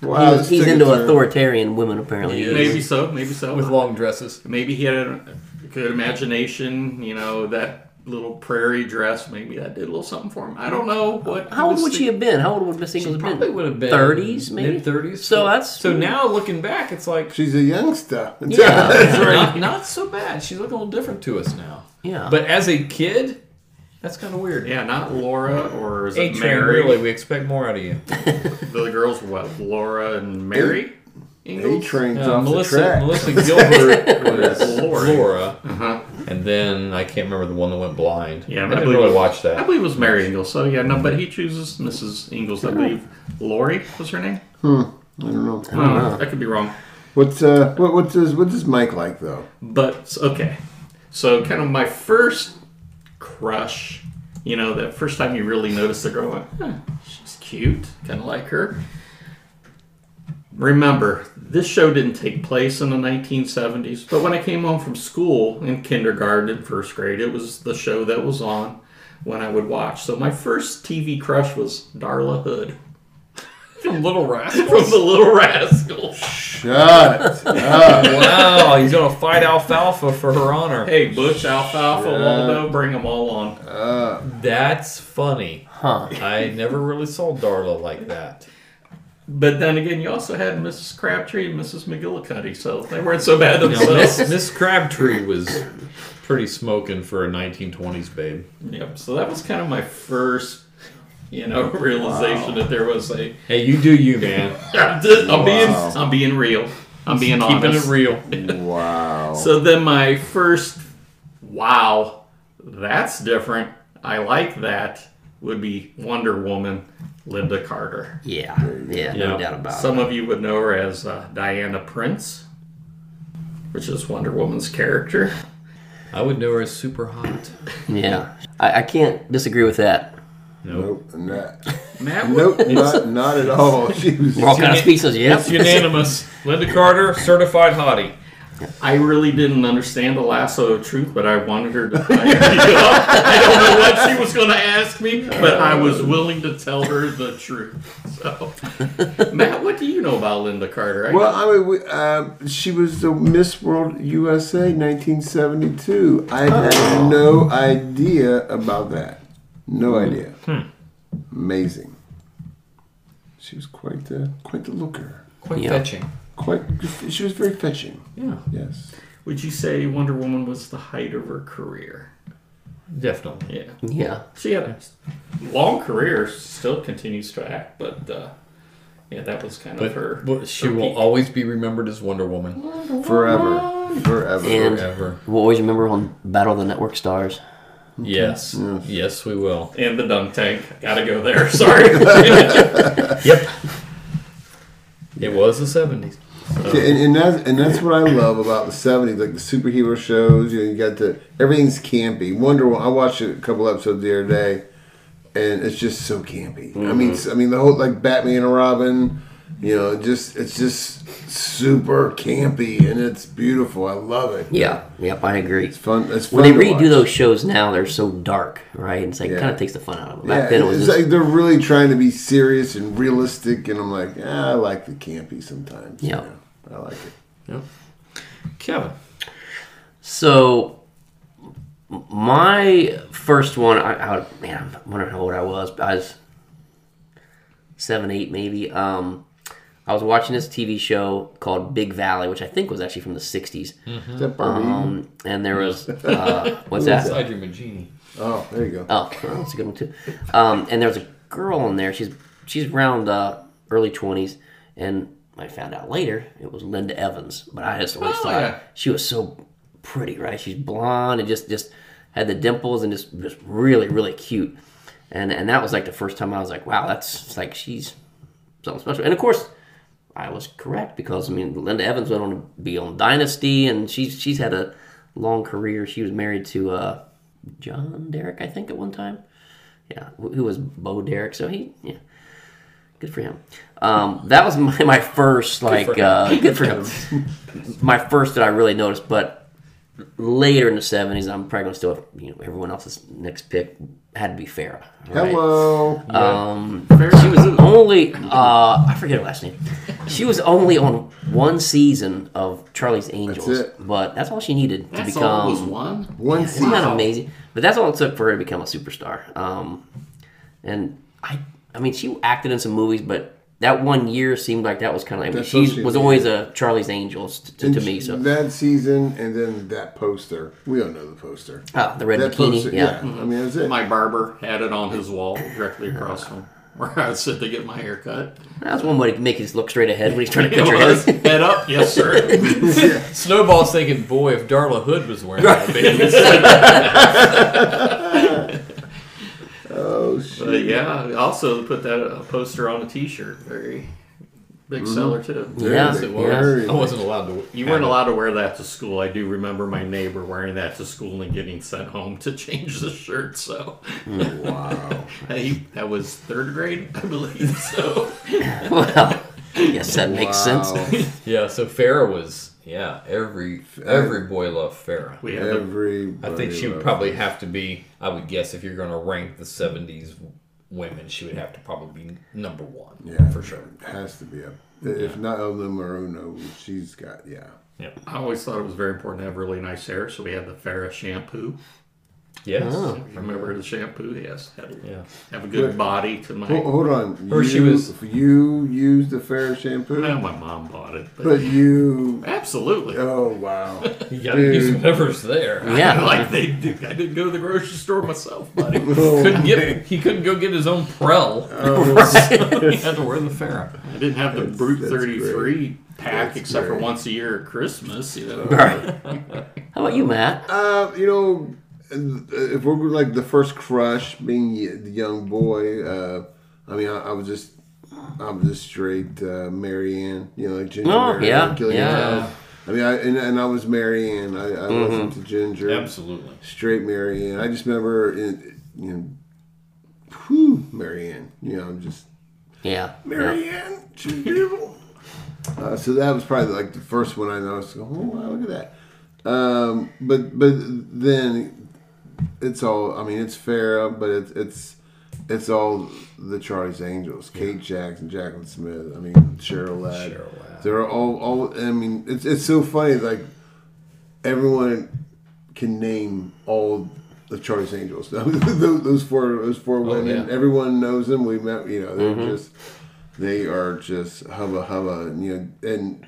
Speaker 13: Wow, this
Speaker 15: he's, he's
Speaker 13: took a
Speaker 15: into
Speaker 13: turn.
Speaker 15: authoritarian women, apparently.
Speaker 13: Maybe so. Maybe so.
Speaker 12: With long dresses.
Speaker 13: Maybe he had a good imagination. You know that little prairie dress. Maybe that did a little something for him. I don't know what.
Speaker 15: How old
Speaker 13: this
Speaker 15: would she
Speaker 13: thing-
Speaker 15: have been? How old would Miss Ingalls have been?
Speaker 12: Probably would have been
Speaker 15: 30s, maybe?
Speaker 12: mid 30s.
Speaker 15: So that's.
Speaker 12: so now looking back, it's like
Speaker 14: she's a youngster.
Speaker 12: Yeah, not, not so bad. She's looking a little different to us now.
Speaker 15: Yeah.
Speaker 12: But as a kid, that's kind of weird.
Speaker 13: Yeah, not Laura or is
Speaker 12: A
Speaker 13: it
Speaker 12: train,
Speaker 13: Mary?
Speaker 12: really. We expect more out of you.
Speaker 13: The girls were what? Laura and Mary. Ingalls?
Speaker 14: A-Train's
Speaker 12: Uh,
Speaker 14: off the
Speaker 12: Melissa,
Speaker 14: track.
Speaker 12: Melissa Gilbert was
Speaker 13: Lori.
Speaker 12: Laura,
Speaker 13: Uh-huh.
Speaker 12: and then I can't remember the one that went blind.
Speaker 13: Yeah,
Speaker 12: I didn't really watch that.
Speaker 13: I believe it was Mary Ingalls. So yeah, no, but he chooses Mrs. Ingalls. I believe Lori was her name.
Speaker 14: Hmm. I don't know.
Speaker 13: I don't know. I could be wrong.
Speaker 14: What's uh what what's his what's his mic like though?
Speaker 13: But okay, so kind of my first crush, you know, that first time you really notice the girl, like, huh, she's cute, kind of like her. Remember, this show didn't take place in the 1970s, but when I came home from school in kindergarten and first grade, it was the show that was on when I would watch. So my first TV crush was Darla Hood
Speaker 12: From Little Rascals.
Speaker 13: from The Little Rascals.
Speaker 14: Shut
Speaker 12: wow, he's Oh, gonna fight Alfalfa for her honor.
Speaker 13: Hey, Bush, Alfalfa,
Speaker 12: Yeah.
Speaker 13: Waldo, bring them all on.
Speaker 12: That's funny. Huh. I never really saw Darla like that.
Speaker 13: But then again, you also had Mrs. Crabtree and Mrs. McGillicuddy, so they weren't so bad
Speaker 12: No, Miss,
Speaker 13: themselves.
Speaker 12: Miss Crabtree was pretty smoking for a 1920s babe.
Speaker 13: yep. So that was kind of my first, you know, realization that there was a.
Speaker 12: Hey, you do you, man.
Speaker 13: I'm, just- I'm being,
Speaker 12: Oh, Wow.
Speaker 13: I'm being real. I'm being
Speaker 12: Keeping
Speaker 13: honest.
Speaker 12: it real.
Speaker 14: Wow.
Speaker 13: So then my first, wow, that's different. I like that. Would be Wonder Woman, Linda Carter.
Speaker 15: Yeah, yeah,
Speaker 13: Yeah.
Speaker 15: no doubt about it.
Speaker 13: Some of you would know her as uh, Diana Prince, which is Wonder Woman's character.
Speaker 12: I would know her as super hot.
Speaker 15: Yeah, I, I can't disagree with that.
Speaker 14: Nope. Not,
Speaker 13: Matt,
Speaker 14: nope, not not at all. She was
Speaker 15: We're all kind of speechless. Yeah,
Speaker 12: It's unanimous. Linda Carter, certified hottie.
Speaker 13: I really didn't understand the lasso of truth, but I wanted her to. Find it out. I don't know what she was going to ask me, but I was willing to tell her the truth. So, Matt, what do you know about Linda Carter? I-
Speaker 14: Well, I mean, we, um, she was the Miss World USA 1972. I had no idea about that. No
Speaker 12: Hmm.
Speaker 14: idea. Amazing. She was quite the quite the looker.
Speaker 12: Quite
Speaker 15: Yeah.
Speaker 12: fetching.
Speaker 14: Quite. She was very fetching.
Speaker 12: Yeah.
Speaker 14: Yes.
Speaker 13: would you say Wonder Woman was the height of her career?
Speaker 12: Definitely.
Speaker 13: Yeah,
Speaker 15: yeah.
Speaker 13: she had a long career, still continues to act, but uh, yeah, that was kind
Speaker 12: But
Speaker 13: of her.
Speaker 12: but she
Speaker 13: her
Speaker 12: will
Speaker 13: peak.
Speaker 12: always be remembered as Wonder Woman.
Speaker 14: Forever. Forever.
Speaker 15: And
Speaker 12: Forever.
Speaker 15: we'll always remember on Battle of the Network Stars.
Speaker 12: Yes. Yes, we will.
Speaker 13: and the dunk tank. Gotta go there. Sorry.
Speaker 12: Yep. It was the 70s.
Speaker 14: Yeah, and, and that's and that's what I love about the '70s, like the superhero shows. You know, you got the everything's campy. Wonder Woman. I watched a couple episodes the other day, and it's just so campy. I mean,
Speaker 15: Mm-hmm.
Speaker 14: s- I mean the whole like Batman and Robin. You know, just it's just super campy, and it's beautiful. I love it.
Speaker 15: Yeah, yep, I agree.
Speaker 14: It's fun. It's fun.
Speaker 15: When they
Speaker 14: to
Speaker 15: redo
Speaker 14: watch.
Speaker 15: those shows now, they're so dark, right? It's like
Speaker 14: Yeah.
Speaker 15: kind of takes the fun out of them.
Speaker 14: yeah,
Speaker 15: Back then, it was
Speaker 14: it's
Speaker 15: just,
Speaker 14: like they're really trying to be serious and realistic, and I'm like, ah, I like the campy sometimes. you
Speaker 15: Yeah.
Speaker 14: know. I like it.
Speaker 12: Kevin.
Speaker 15: so. m- My first one, I, I man, I'm wondering how old I was. but I was seven, eight, maybe. Um, I was watching this TV show called Big Valley, which I think was actually from the '60s.
Speaker 14: Is that Barbie?
Speaker 15: Um, and there was uh, what's that?
Speaker 12: Inside your Magini.
Speaker 14: oh, there you go.
Speaker 15: Oh, well, that's a good one too. Um, and there's a girl in there. She's she's around uh, early twenties, and I found out later it was Linda Evans. But I just always
Speaker 13: Oh,
Speaker 15: thought
Speaker 13: yeah.
Speaker 15: she was so pretty, right? She's blonde and just just had the dimples and just just really really cute. And and that was like the first time I was like, wow, that's it's like she's something special. And of course. I was correct because I mean Linda Evans went on to be on Dynasty and she's she's had a long career. She was married to uh, John Derrick, I think, at one time. Yeah, wh- who was Bo Derrick? So he, yeah, Good for him. Um, that was my, my first like
Speaker 12: for him.
Speaker 15: uh, good for him. my first that I really noticed, but later in the seventies, I'm probably gonna still you know everyone else's next pick had to be Farah. right?
Speaker 14: Hello.
Speaker 15: Um, she was only uh, I forget her last name. She was only on one season of Charlie's Angels, but that's all she needed
Speaker 18: That's
Speaker 15: to become
Speaker 18: all it was one?
Speaker 14: One
Speaker 15: yeah, Isn't that
Speaker 18: season.
Speaker 15: amazing? But that's all it took for her to become a superstar. Um, and I, I mean, she acted in some movies, but that one year seemed like that was kind of like
Speaker 14: That's
Speaker 15: she
Speaker 14: what she
Speaker 15: was
Speaker 14: did.
Speaker 15: always a Charlie's Angels to, to,
Speaker 14: And
Speaker 15: to me. So
Speaker 14: that season, and then that poster. We all know the poster.
Speaker 15: Oh, the red
Speaker 14: That
Speaker 15: bikini,
Speaker 14: poster,
Speaker 15: yeah.
Speaker 14: I mean, that's it.
Speaker 13: My barber had it on his wall directly across from where I sit to get my hair cut.
Speaker 15: that was one way to make you just look straight ahead when he's trying to
Speaker 13: It
Speaker 15: cut your
Speaker 13: was.
Speaker 15: head.
Speaker 13: Head up, yes, sir.
Speaker 12: Snowball's thinking, boy, if Darla Hood was wearing that, baby.
Speaker 14: oh
Speaker 13: But yeah, I also put that uh, poster on a T-shirt. Very big
Speaker 14: Mm-hmm.
Speaker 12: Mhm.
Speaker 13: seller too.
Speaker 12: Very Yeah, big, it was. yeah. I wasn't allowed to
Speaker 13: You
Speaker 12: have
Speaker 13: weren't
Speaker 12: it.
Speaker 13: allowed to wear that to school. I do remember my neighbor wearing that to school and getting sent home to change the shirt. So
Speaker 15: Wow.
Speaker 13: Hey, that was third grade, I believe. So
Speaker 15: well, yes, that makes sense.
Speaker 12: yeah, so Farrah was yeah, every every boy loved Farrah.
Speaker 13: We had to-
Speaker 12: I think she would
Speaker 13: loved
Speaker 12: probably have to be I would guess if you're gonna rank the seventies women, she would have to probably be number one.
Speaker 14: Yeah,
Speaker 12: For sure.
Speaker 14: Has to be up. If not Ella Marono, she's got yeah.
Speaker 13: I always thought it was very important to have really nice hair, so we had the Farrah shampoo.
Speaker 12: Yes. Oh.
Speaker 13: remember the shampoo? Yes, had,
Speaker 12: yeah.
Speaker 13: have a good body to my.
Speaker 14: Ho- Hold on.
Speaker 13: Or she
Speaker 14: You-
Speaker 13: was
Speaker 14: You used the fair shampoo.
Speaker 13: No, my mom bought it.
Speaker 14: But, you
Speaker 13: absolutely.
Speaker 14: Oh wow.
Speaker 12: You gotta use whatever's there.
Speaker 13: like they do. I didn't go to the grocery store myself, buddy.
Speaker 12: Oh. Couldn't get- he couldn't go get his own Prel. Oh. Right. He had to wear the Farrah.
Speaker 13: I didn't have the
Speaker 12: That's-
Speaker 13: Brute
Speaker 12: that's
Speaker 13: Thirty Three pack
Speaker 14: That's
Speaker 13: except for
Speaker 14: great.
Speaker 13: once a year at Christmas. You know.
Speaker 15: How about you, Matt?
Speaker 14: Uh, you know, uh, if we're like the first crush being y- the young boy, uh, I mean, I, I was just, I was just straight uh, Marianne. You know, like Ginger.
Speaker 15: Oh,
Speaker 14: Marianne,
Speaker 15: yeah,
Speaker 14: Gillian
Speaker 15: yeah.
Speaker 14: Howe. I mean, I and, and I was Marianne. I, I wasn't
Speaker 15: Mhm.
Speaker 14: the Ginger.
Speaker 12: Absolutely.
Speaker 14: Straight Marianne. I just remember, it, you know, whew, Marianne. You know, I'm just
Speaker 15: Yeah.
Speaker 14: Marianne, she's beautiful. Uh, so that was probably like the first one I noticed. Go, oh wow, look at that. Um, but but then it's all. I mean, it's Farrah, but it's it's it's all the Charlie's Angels, Kate Jackson, Jacqueline Smith. I mean, Cheryl Ladd. Cheryl Ladd. They're all all. I mean, it's it's so funny. Like everyone can name all the Charlie's Angels. those, those four, those four women.
Speaker 12: Oh, yeah.
Speaker 14: Everyone knows them. We met. You know, they're
Speaker 12: Mhm.
Speaker 14: just they are just hubba hubba. And, you know, and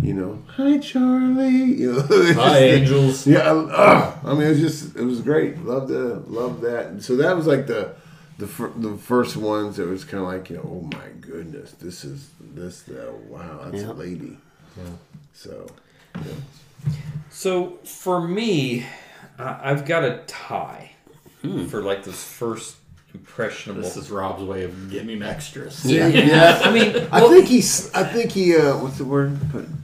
Speaker 14: you know, hi Charlie. You know, it's
Speaker 12: Hi, Angels.
Speaker 14: Yeah, I, ah, I mean, it was just it was great. Loved the loved that. And so that was like the. The, fir- the first ones that was kind of like you know oh my goodness this is this uh, wow that's
Speaker 12: Yeah.
Speaker 14: a lady so
Speaker 12: So for me, I I've got a tie
Speaker 14: Hmm.
Speaker 12: for like this first impressionable.
Speaker 13: This is Rob's way of getting extras.
Speaker 12: I mean,
Speaker 14: I think he's. I think he. Uh, what's the word?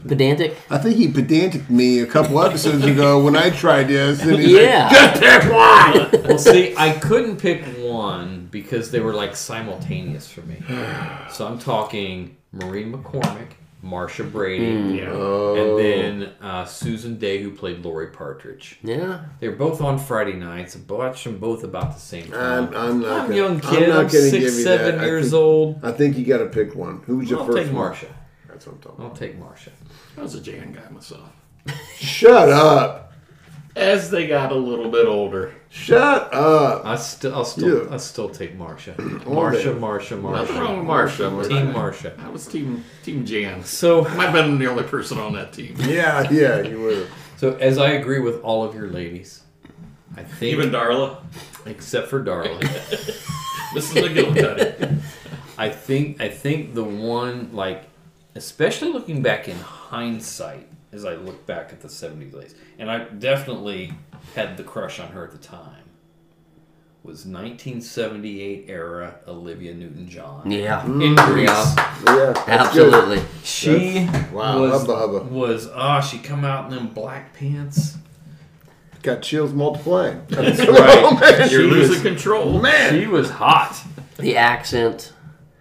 Speaker 15: Pedantic.
Speaker 14: I think he pedantic me a couple episodes ago when I tried this. And he's
Speaker 12: Yeah.
Speaker 14: Like, Just pick one.
Speaker 12: well, see, I couldn't pick one because they were like simultaneous for me. So I'm talking Maureen McCormick, Marsha Brady,
Speaker 14: Hmm.
Speaker 15: Mm.
Speaker 14: Oh.
Speaker 12: and then uh, Susan Day, who played Lori Partridge.
Speaker 15: Yeah.
Speaker 12: they were both on Friday nights. I watched them both about the same time.
Speaker 14: I'm, I'm not.
Speaker 12: I'm
Speaker 14: gonna-
Speaker 12: young kid. I'm,
Speaker 14: not
Speaker 12: six,
Speaker 14: gonna give you
Speaker 12: seven
Speaker 14: that. I
Speaker 12: years
Speaker 14: think-
Speaker 12: old.
Speaker 14: I think you got to pick one. Who was your
Speaker 12: I'll
Speaker 14: first?
Speaker 12: take
Speaker 14: one?
Speaker 12: Marsha.
Speaker 14: That's what I'm talking.
Speaker 12: I'll take Marsha.
Speaker 13: I was a Jan guy myself.
Speaker 14: Shut up.
Speaker 13: As they got a little bit older.
Speaker 14: Shut up.
Speaker 12: I still, I'll still, I still take Marsha. Marsha, Marsha, Marsha.
Speaker 13: Nothing wrong with Marsha.
Speaker 12: Team Marsha.
Speaker 13: I was team team Jan.
Speaker 12: So
Speaker 13: I might have been the only person on that team.
Speaker 14: Yeah, yeah, you were.
Speaker 12: So as I agree with all of your ladies, I think
Speaker 13: Even Darla?
Speaker 12: except for Darla,
Speaker 13: Mrs. McGillicuddy.
Speaker 12: I think I think the one like, especially looking back in hindsight, as I look back at the '70s ladies, and I definitely had the crush on her at the time. Was 1978 era Olivia Newton-John?
Speaker 15: Yeah.
Speaker 12: in
Speaker 15: Mm.
Speaker 12: Greece.
Speaker 15: Yeah. Yeah, that's good. Absolutely.
Speaker 12: She
Speaker 15: That's- wow,
Speaker 12: was
Speaker 15: hubba hubba.
Speaker 12: was ah she come out in them black pants.
Speaker 14: Got chills multiplying.
Speaker 12: That's right.
Speaker 14: Oh,
Speaker 12: You're
Speaker 14: man. She
Speaker 12: losing
Speaker 14: was-
Speaker 12: control.
Speaker 14: man.
Speaker 12: She was hot.
Speaker 15: The accent.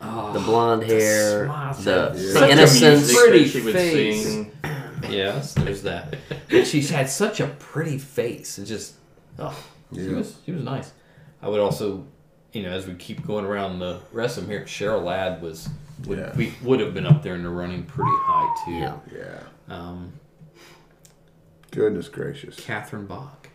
Speaker 12: Oh,
Speaker 15: the blonde hair, the,
Speaker 12: Such a
Speaker 15: innocence.
Speaker 12: music Pretty
Speaker 13: that she would
Speaker 12: face.
Speaker 13: sing.
Speaker 12: yes, there's that. But she had such a pretty face. It just, oh, she
Speaker 13: Yeah.
Speaker 12: was she was nice. I would also, you know, as we keep going around the rest of them here, Cheryl Ladd was would
Speaker 13: Yeah.
Speaker 12: we would have been up there in the running pretty high too. Yeah. Um,
Speaker 14: Goodness gracious.
Speaker 12: Catherine Bach.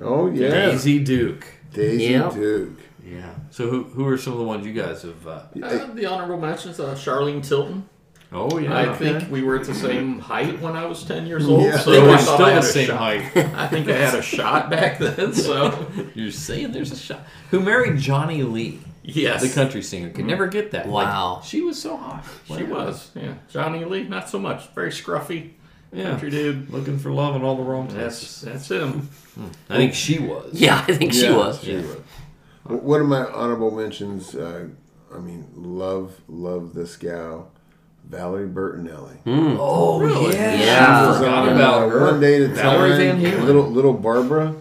Speaker 14: Oh yeah.
Speaker 12: Daisy Duke.
Speaker 14: Daisy Duke.
Speaker 12: Yeah. So who who are some of the ones you guys have? Uh,
Speaker 13: Uh, the honorable mentions uh, Charlene Tilton.
Speaker 12: Oh, yeah.
Speaker 13: I
Speaker 12: Okay.
Speaker 13: think we were at the same height when I was ten years old.
Speaker 12: Yeah.
Speaker 13: So
Speaker 12: They were
Speaker 13: I thought
Speaker 12: still
Speaker 13: I had
Speaker 12: the
Speaker 13: a
Speaker 12: same
Speaker 13: shot.
Speaker 12: height.
Speaker 13: I think I had a shot back then. So
Speaker 12: You're saying there's a shot. Who married Johnny Lee?
Speaker 13: Yes.
Speaker 12: the country singer. Could
Speaker 13: Mhm.
Speaker 12: never get that. Like,
Speaker 13: Wow.
Speaker 12: she was so hot.
Speaker 13: She was, yeah. Johnny Lee, not so much. Very scruffy.
Speaker 12: Yeah.
Speaker 13: Country dude.
Speaker 12: Looking for love in all the wrong
Speaker 13: That's, that's him.
Speaker 12: I think she was.
Speaker 14: Yeah, she was. W- One of my honorable mentions, uh, I mean, love, love this gal, Valerie Bertinelli.
Speaker 15: Hmm. Oh, Really? yeah.
Speaker 14: She
Speaker 15: Yeah.
Speaker 14: was
Speaker 15: Forgot
Speaker 14: on,
Speaker 15: about
Speaker 14: uh,
Speaker 15: her.
Speaker 14: One day at a
Speaker 15: Valerie Van
Speaker 14: time.
Speaker 15: Halen.
Speaker 14: Little, little Barbara.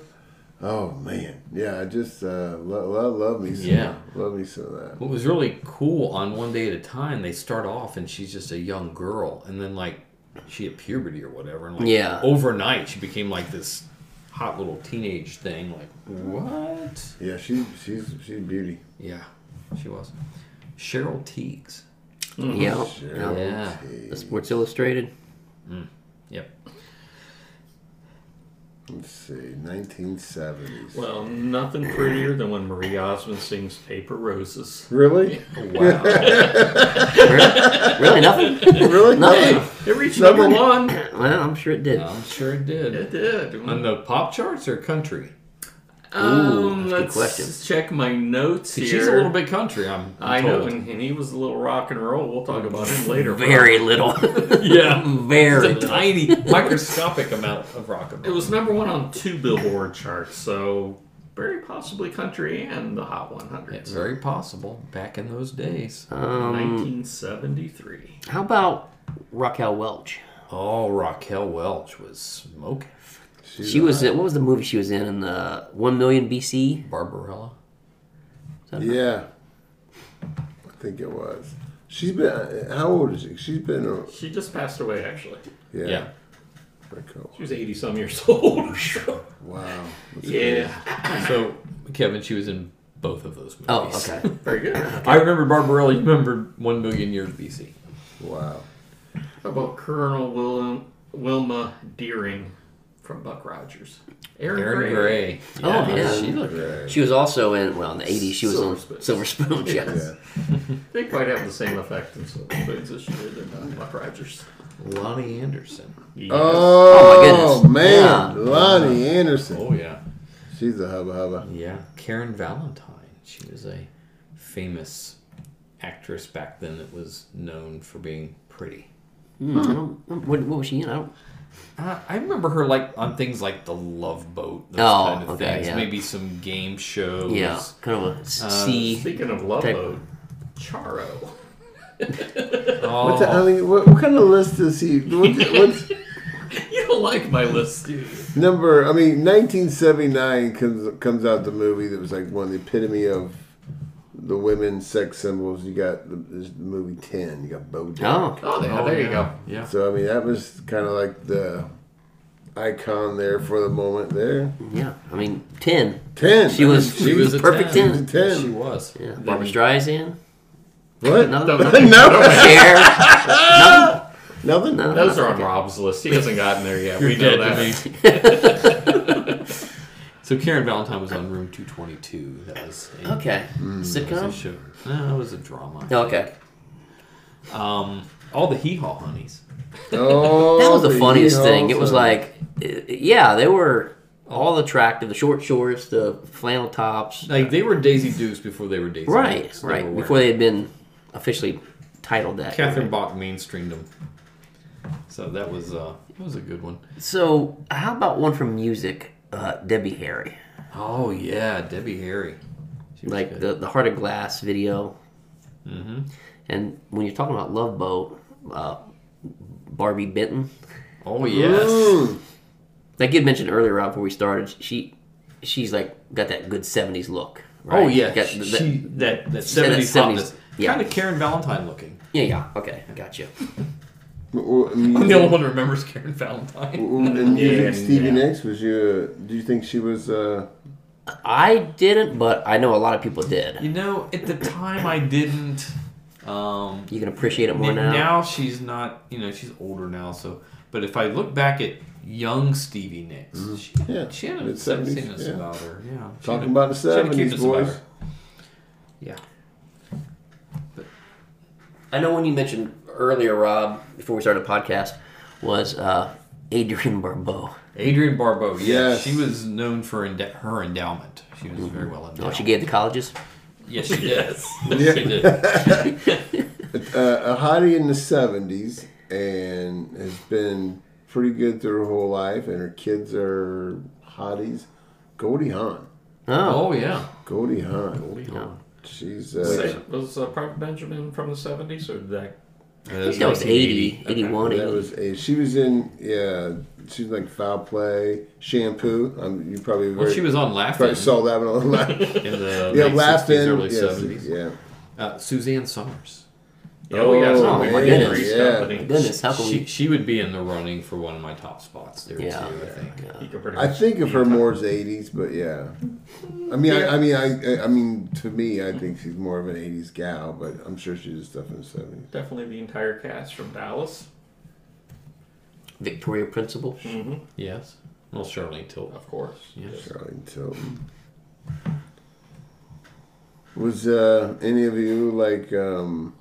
Speaker 14: Oh, man. Yeah, I just uh, lo- lo- love me so.
Speaker 12: Yeah.
Speaker 14: Love me so that.
Speaker 12: What was really cool on One Day at a Time, they start off and she's just a young girl, and then like she hit puberty or whatever, and like
Speaker 15: Yeah.
Speaker 12: overnight she became like this hot little teenage thing. Like what?
Speaker 14: Yeah, she she's she's beauty.
Speaker 12: Yeah, she was. Cheryl Teagues.
Speaker 15: Yeah.
Speaker 12: Cheryl
Speaker 15: yeah.
Speaker 12: Teagues.
Speaker 15: The Sports Illustrated.
Speaker 12: Yep.
Speaker 14: Let's see, 1970s.
Speaker 13: Well, nothing prettier than when Marie Osmond sings Paper Roses.
Speaker 14: Really?
Speaker 13: Wow.
Speaker 14: Really? Really, nothing? Really? Nothing.
Speaker 13: It reached
Speaker 14: Number-
Speaker 13: number one.
Speaker 15: Well, I'm sure it did.
Speaker 12: I'm sure it did.
Speaker 13: It did.
Speaker 12: On the pop charts or country?
Speaker 13: Um,
Speaker 12: Ooh, that's a good
Speaker 13: let's
Speaker 12: question.
Speaker 13: check my notes
Speaker 12: See,
Speaker 13: here.
Speaker 12: she's a little bit country, I'm- I'm
Speaker 13: I know,
Speaker 12: told.
Speaker 13: and, and he was a little rock and roll. We'll talk about him later. uh,
Speaker 15: Very little.
Speaker 13: yeah,
Speaker 15: Very
Speaker 13: It's a
Speaker 15: little.
Speaker 13: tiny,
Speaker 12: microscopic amount of rock and
Speaker 13: roll. It was number one on two Billboard charts, so very possibly country and the Hot 100.
Speaker 12: It's very possible back in those days.
Speaker 15: Um,
Speaker 13: 1973.
Speaker 15: How about Raquel Welch?
Speaker 12: Oh, Raquel Welch was smoking.
Speaker 15: She, was. in- What was the movie she was in? In the One Million BC.
Speaker 12: Barbarella.
Speaker 14: Yeah, I think it was. She's been. uh, How old is she? She's been. a-
Speaker 13: She just passed away, actually.
Speaker 14: Yeah. oh.
Speaker 12: Yeah.
Speaker 14: Pretty cool.
Speaker 13: She was 80 some years old.
Speaker 14: Wow. That's
Speaker 13: yeah.
Speaker 12: So, Kevin, she was in both of those movies.
Speaker 15: Oh, okay.
Speaker 13: Very good.
Speaker 12: I remember Barbarella. You remember One Million Years BC.
Speaker 14: Wow.
Speaker 13: How about Colonel William, Wilma Deering from Buck Rogers? Aaron,
Speaker 12: Erin
Speaker 13: Gray.
Speaker 12: Gray.
Speaker 15: oh yeah, she looked. She was also in. Well, in the '80s, she was
Speaker 13: Silver
Speaker 15: on
Speaker 13: Spoon.
Speaker 15: Silver Spoon. Yes.
Speaker 13: They quite have the same effect in Silver Spoons this year. They're not Buck Rogers.
Speaker 12: Lonnie Anderson.
Speaker 14: Oh,
Speaker 15: Oh, my goodness.
Speaker 14: man,
Speaker 15: Yeah.
Speaker 14: Lonnie Anderson.
Speaker 12: Oh yeah.
Speaker 14: She's a hubba hubba.
Speaker 12: Yeah. Karen Valentine. She was a famous actress back then that was known for being pretty.
Speaker 15: Hmm, I don't- what, what was she in? I don't.
Speaker 12: Uh, I remember her like on things like the Love Boat, those
Speaker 15: Oh,
Speaker 12: kind of
Speaker 15: okay,
Speaker 12: things.
Speaker 15: yeah.
Speaker 12: Maybe some game shows.
Speaker 15: Yeah, kind of a s-
Speaker 12: Uh,
Speaker 15: sea.
Speaker 13: Speaking of Love
Speaker 15: type-
Speaker 13: Boat, Charo.
Speaker 14: What, the,
Speaker 15: Oh.
Speaker 14: I mean, what, what kind of list is he? What, what's
Speaker 13: You don't like my list, do you?
Speaker 14: number? I mean, 1979 comes comes out the movie that was like one of the epitome of the women's sex symbols. You got the, this movie Ten. You got Bo. Derek.
Speaker 13: Oh, there- Oh, there you yeah. go. Yeah.
Speaker 14: So I mean, that was kind of like the icon there for the moment there.
Speaker 15: Yeah, I mean, ten.
Speaker 14: Ten.
Speaker 15: She was. She, was,
Speaker 12: a
Speaker 15: perfect
Speaker 12: 10.
Speaker 15: ten.
Speaker 14: Ten.
Speaker 12: She was.
Speaker 15: Yeah. Barbara Streisand.
Speaker 14: What?
Speaker 15: No.
Speaker 14: No.
Speaker 15: Cher.
Speaker 14: Nothing.
Speaker 15: No.
Speaker 13: Those are on Rob's list. He hasn't gotten there yet.
Speaker 12: You're
Speaker 13: we know
Speaker 12: dead to
Speaker 13: that.
Speaker 12: So Karen Valentine was on Room 222. That was a,
Speaker 15: Okay.
Speaker 12: Mm, that was a
Speaker 15: Sitcom?
Speaker 12: show. No, it was a drama. I
Speaker 15: Okay.
Speaker 12: think. Um, all the hee haw honeys.
Speaker 14: Oh,
Speaker 15: that was the funniest
Speaker 14: Yeehaw
Speaker 15: thing. It was
Speaker 14: song.
Speaker 15: like, uh, yeah, they were all attractive. The short shorts, the flannel tops.
Speaker 12: Like they were Daisy Dukes before they were Daisy
Speaker 15: right,
Speaker 12: Dukes. They were
Speaker 15: right.
Speaker 12: wearing-
Speaker 15: Before they had been officially titled that.
Speaker 12: Catherine Bach mainstreamed them. So that was uh, that was a good one.
Speaker 15: So, how about one from music? Uh, Debbie Harry,
Speaker 12: Oh yeah, Debbie Harry. She was
Speaker 15: like
Speaker 12: good.
Speaker 15: the the Heart of Glass video.
Speaker 12: Mm-hmm.
Speaker 15: And when you're talking about Love Boat, uh, Barbie Benton.
Speaker 12: Oh yes.
Speaker 14: Mm.
Speaker 15: Like you had mentioned earlier, Rob, before we started, she she's like got that good '70s look.
Speaker 12: Oh
Speaker 15: right?
Speaker 12: yeah.
Speaker 15: Got
Speaker 12: she,
Speaker 15: the-
Speaker 12: she- that that
Speaker 15: she had that
Speaker 12: seventies hotness.
Speaker 15: Yeah.
Speaker 12: Kind of Karen Valentine looking.
Speaker 15: Yeah, yeah. Okay, I got you.
Speaker 12: I'm the only one who remembers Karen Valentine.
Speaker 14: And
Speaker 15: Yeah,
Speaker 14: using Stevie
Speaker 15: yeah.
Speaker 14: Nicks was you? Uh, do you think she was? Uh,
Speaker 15: I didn't, but I know a lot of people did.
Speaker 12: You know, at the time I didn't. Um,
Speaker 15: you can appreciate it more
Speaker 12: N-
Speaker 15: now.
Speaker 12: she's not, you know, she's older now. So, but if I look back at young Stevie Nicks, she,
Speaker 14: Yeah,
Speaker 12: she had a
Speaker 14: mid-seventies,
Speaker 12: sexiness
Speaker 14: yeah.
Speaker 12: about her. Mm-hmm. Yeah, She
Speaker 14: Talking
Speaker 12: had a-
Speaker 14: about the
Speaker 12: she had a
Speaker 14: 70s,
Speaker 12: cuteness about
Speaker 14: boys.
Speaker 12: her. Yeah.
Speaker 15: I know when you mentioned earlier, Rob, before we started the podcast, was uh, Adrian Barbeau.
Speaker 12: Adrienne Barbeau. Yeah, she was known for ende- her endowment. She was very well endowed.
Speaker 15: Oh, she gave the colleges.
Speaker 12: Yes, she did.
Speaker 14: Yeah.
Speaker 12: she did.
Speaker 14: uh, a hottie in the seventies, and has been pretty good through her whole life, and her kids are hotties. Goldie Hawn.
Speaker 15: Oh.
Speaker 12: Oh, yeah.
Speaker 14: Goldie Hawn.
Speaker 12: Goldie Hawn.
Speaker 14: She's
Speaker 13: Was,
Speaker 14: uh,
Speaker 13: that- was uh, Private Benjamin from the 70s or did that?
Speaker 15: think that was 80, 81,
Speaker 14: Oh, That
Speaker 15: 80.
Speaker 14: was a, she was in yeah she was like foul play shampoo um, you probably
Speaker 12: Well, she was on Laugh-In.
Speaker 14: probably saw that one on Laugh
Speaker 12: In the
Speaker 14: yeah
Speaker 12: late
Speaker 14: Laugh
Speaker 12: 60s,
Speaker 14: In,
Speaker 12: early
Speaker 14: yes,
Speaker 12: 70s.
Speaker 14: yeah
Speaker 12: Uh, Suzanne Summers.
Speaker 13: Oh, yeah,
Speaker 14: Oh,
Speaker 13: we
Speaker 14: man,
Speaker 13: went to Grease
Speaker 14: yeah.
Speaker 13: Company.
Speaker 15: Goodness, how can
Speaker 12: She,
Speaker 15: we?
Speaker 12: she would be in the running for one of my top spots there
Speaker 15: Yeah.
Speaker 12: too. I think.
Speaker 13: You could pretty
Speaker 14: I
Speaker 13: much-
Speaker 14: think of her more as eighties but yeah I mean I, I mean I I- I mean to me I think she's more of an eighties gal but I'm sure she did stuff in the seventies
Speaker 13: Definitely the entire cast from Dallas.
Speaker 15: Victoria Principal.
Speaker 13: Mm-hmm.
Speaker 12: Yes. Well, Charlene Tilton.
Speaker 13: Of course.
Speaker 12: Yes.
Speaker 14: Charlene Tilton was uh, any of you like um,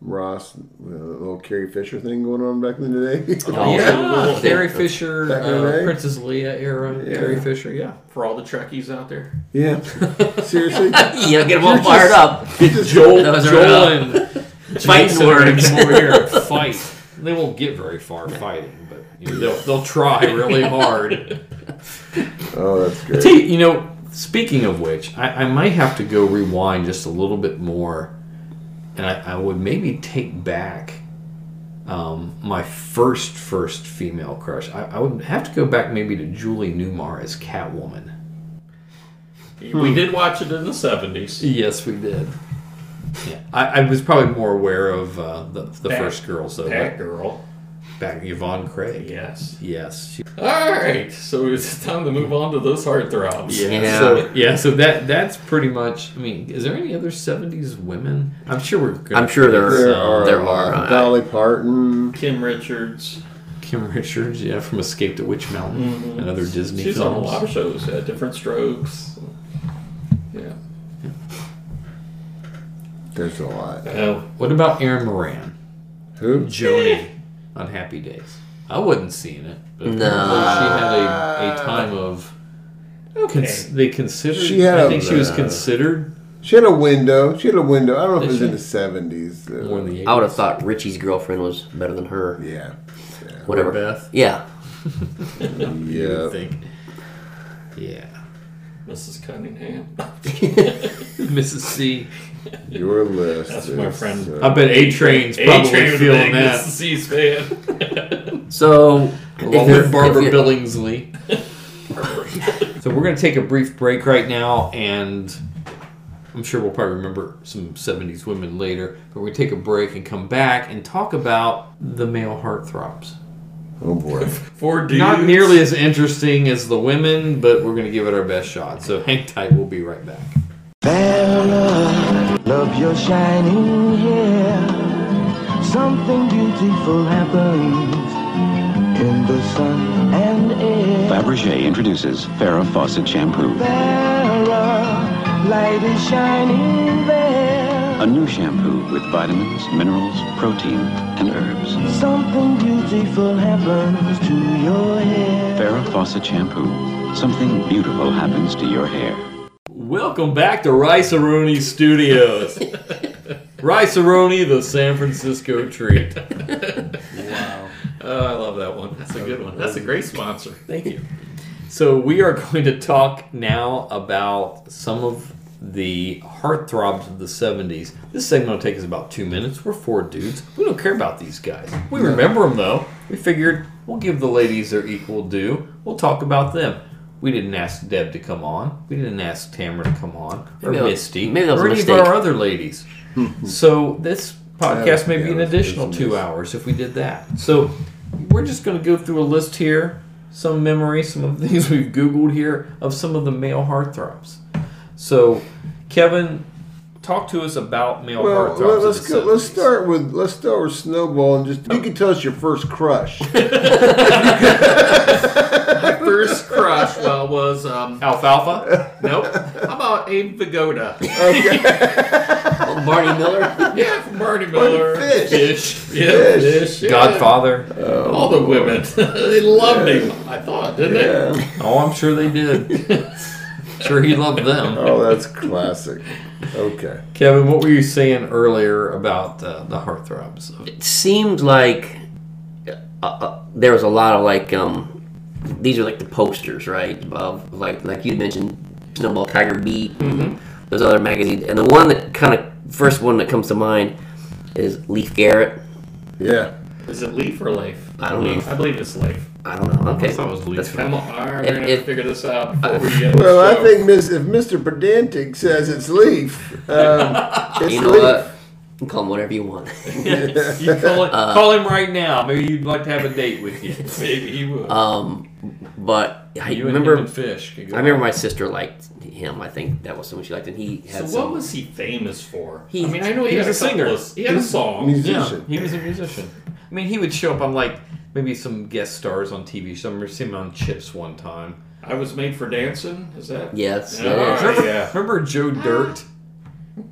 Speaker 14: Ross uh, little Carrie Fisher thing going on back in the day
Speaker 12: Oh, yeah. Carrie Fisher,
Speaker 14: Back in the
Speaker 12: uh,
Speaker 14: day?
Speaker 12: Princess Leia era.
Speaker 14: Yeah.
Speaker 12: Carrie Fisher, yeah.
Speaker 13: For all the Trekkies out there.
Speaker 14: Yeah. Seriously?
Speaker 15: Yeah, get them all fired up.
Speaker 12: Joel,
Speaker 15: That was her,
Speaker 12: Joel
Speaker 15: uh,
Speaker 12: and
Speaker 15: fighting
Speaker 12: Jason are
Speaker 15: words.
Speaker 12: over here to fight. They won't get very far fighting, but you know, they'll, they'll try really hard.
Speaker 14: Oh, that's
Speaker 12: I
Speaker 14: great.
Speaker 12: tell you, you know, speaking of which, I, I might have to go rewind just a little bit more, and I, I would maybe take back um, my first first female crush. I, I would have to go back maybe to Julie Newmar as Catwoman. Hmm.
Speaker 13: We did watch it in the 70s.
Speaker 12: Yes, we did. Yeah, I, I was probably more aware of uh, the, the
Speaker 13: Bat-
Speaker 12: first girls though.
Speaker 13: That girl.
Speaker 12: but Back Yvonne Craig.
Speaker 13: Yes.
Speaker 12: Yes. she-
Speaker 13: All right. So it's time to move on to those heartthrobs.
Speaker 12: yeah.
Speaker 15: Yeah.
Speaker 12: So yeah. So that that's pretty much. I mean, is there any other '70s women? I'm sure we're. Gonna
Speaker 15: I'm sure there
Speaker 14: There
Speaker 15: are.
Speaker 14: are,
Speaker 15: there
Speaker 14: uh,
Speaker 15: are. uh,
Speaker 14: Dolly Parton.
Speaker 13: Kim Richards.
Speaker 12: Kim Richards. Yeah, from Escape to Witch Mountain and other Disney
Speaker 13: Mm-hmm. She's on a
Speaker 12: films.
Speaker 13: lot of shows. Yeah, different strokes. Yeah.
Speaker 14: There's a lot.
Speaker 13: Oh,
Speaker 12: What about Aaron Moran?
Speaker 14: Who?
Speaker 12: Joni on Happy Days. I wasn't seeing it, but apparently she had a,
Speaker 13: Uh,
Speaker 12: a time of. Cons- they considered.
Speaker 14: She had
Speaker 12: I
Speaker 14: a-
Speaker 12: think she was considered
Speaker 14: She had a window. She had a window. I don't know if it was
Speaker 12: Did
Speaker 14: in the seventies. uh,
Speaker 12: more in the 80s.
Speaker 15: I would have thought Richie's girlfriend was better than her.
Speaker 14: Yeah. Yeah.
Speaker 15: Whatever.
Speaker 12: Beth?
Speaker 15: Yeah.
Speaker 12: I
Speaker 14: yeah.
Speaker 12: think. Yeah.
Speaker 13: Mrs. Cunningham.
Speaker 12: Mrs. C.
Speaker 14: Your list.
Speaker 13: That's my
Speaker 14: is,
Speaker 13: friend.
Speaker 14: uh,
Speaker 12: I bet A Train's probably
Speaker 13: A-Train
Speaker 12: feeling
Speaker 13: would
Speaker 12: that.
Speaker 13: Mrs. C's fan.
Speaker 15: So.
Speaker 12: Along with Barbara
Speaker 15: if you're-
Speaker 12: Billingsley. so we're going to take a brief break right now, and I'm sure we'll probably remember some 70s women later. But we're going to take a break and come back and talk about the male heartthrobs.
Speaker 14: Oh boy.
Speaker 13: Four dudes.
Speaker 12: Not nearly as interesting as the women, but we're going to give it our best shot. So hang tight, we'll be right back.
Speaker 2: Love your shining hair. Something beautiful happens in the sun and air.
Speaker 17: Fabergé introduces Farrah Fawcett shampoo,
Speaker 2: Sarah, light is shining there.
Speaker 17: a new shampoo with vitamins, minerals, protein, and herbs.
Speaker 2: Something beautiful happens to your hair.
Speaker 17: Farrah Fawcett shampoo. Something beautiful happens to your hair.
Speaker 12: Welcome back to Rice Aroni Studios. Rice Aroni, the San Francisco treat.
Speaker 13: Oh, I love that one. That's a good one. That's a great sponsor.
Speaker 12: Thank you. So we are going to talk now about some of the heartthrobs of the 70s. This segment will take us about two minutes. We're four dudes. We don't care about these guys. We remember them though. We figured we'll give the ladies their equal due. We'll talk about them. We didn't ask Deb to come on. We didn't ask Tamara to come on, or
Speaker 15: Maybe that-
Speaker 12: Misty,
Speaker 15: maybe that was a
Speaker 12: or any of
Speaker 15: mistake.
Speaker 12: our other ladies. so this podcast may
Speaker 15: Yeah,
Speaker 12: be an
Speaker 15: it's-
Speaker 12: additional two hours if we did that. So we're just going to go through a list here, some memories, some of the things we've Googled here of some of the male heartthrobs. So, Kevin, talk to us about male
Speaker 14: Well,
Speaker 12: heartthrobs.
Speaker 14: let,
Speaker 12: of
Speaker 14: let's
Speaker 12: the
Speaker 14: go, let's start with let's start with Snowball and just you can tell us your first crush.
Speaker 13: My first crush, well, was um,
Speaker 12: Alfalfa. Nope.
Speaker 13: How about Abe Vigoda?
Speaker 15: Barney Miller.
Speaker 13: Yeah, from Barney Miller.
Speaker 12: Fish.
Speaker 13: Yeah,
Speaker 12: Fish.
Speaker 13: Fish, yeah.
Speaker 12: Godfather.
Speaker 13: All the women, they loved him. I thought, didn't they?
Speaker 12: Oh, I'm sure they did. sure he loved them.
Speaker 14: Oh, that's classic. Okay.
Speaker 12: Kevin, what were you saying earlier about uh, the heartthrobs?
Speaker 15: It seemed like uh, uh, there was a lot of like um, these are like the posters, right? Of like like you mentioned, Snowball Tiger Beat, and those other magazines, and the one that kind of first one that comes to mind is Leaf Garrett.
Speaker 14: Yeah.
Speaker 13: Is it Leaf or Leaf?
Speaker 15: I don't know.
Speaker 13: I believe it's Leaf.
Speaker 15: I don't know. Okay, That's fine.
Speaker 13: Come on, we're
Speaker 15: If-
Speaker 13: gonna have to
Speaker 15: if-
Speaker 13: figure this out. Before we get
Speaker 14: Well, I think Miss, if Mr. Pedantic says it's Leaf, um, it's
Speaker 15: you know
Speaker 14: Leaf.
Speaker 15: what? You can call him whatever you want.
Speaker 12: you call, it,
Speaker 14: Uh,
Speaker 12: call him right now. Maybe you'd like to have a date with you. Maybe he would.
Speaker 15: Um, but I
Speaker 12: You and
Speaker 15: remember
Speaker 12: him and Fish could go
Speaker 15: I remember
Speaker 12: out.
Speaker 15: my sister liked him. I think that was someone she liked, and he
Speaker 13: So
Speaker 15: had
Speaker 13: what
Speaker 15: some.
Speaker 13: was he famous for?
Speaker 12: He-
Speaker 13: I mean, I know he,
Speaker 12: he was
Speaker 13: had
Speaker 12: a singer.
Speaker 13: couple of- he had a
Speaker 12: He's a
Speaker 13: song.
Speaker 14: musician.
Speaker 12: Yeah, he was a musician. I mean, he would show up on like maybe some guest stars on TV. So I remember seeing him on Chips one time.
Speaker 13: I was made for dancing. Is that?
Speaker 15: Yes,
Speaker 13: Yeah,
Speaker 15: it
Speaker 13: all
Speaker 15: is.
Speaker 13: right,
Speaker 12: Remember,
Speaker 13: yeah.
Speaker 12: remember Joe Dirt?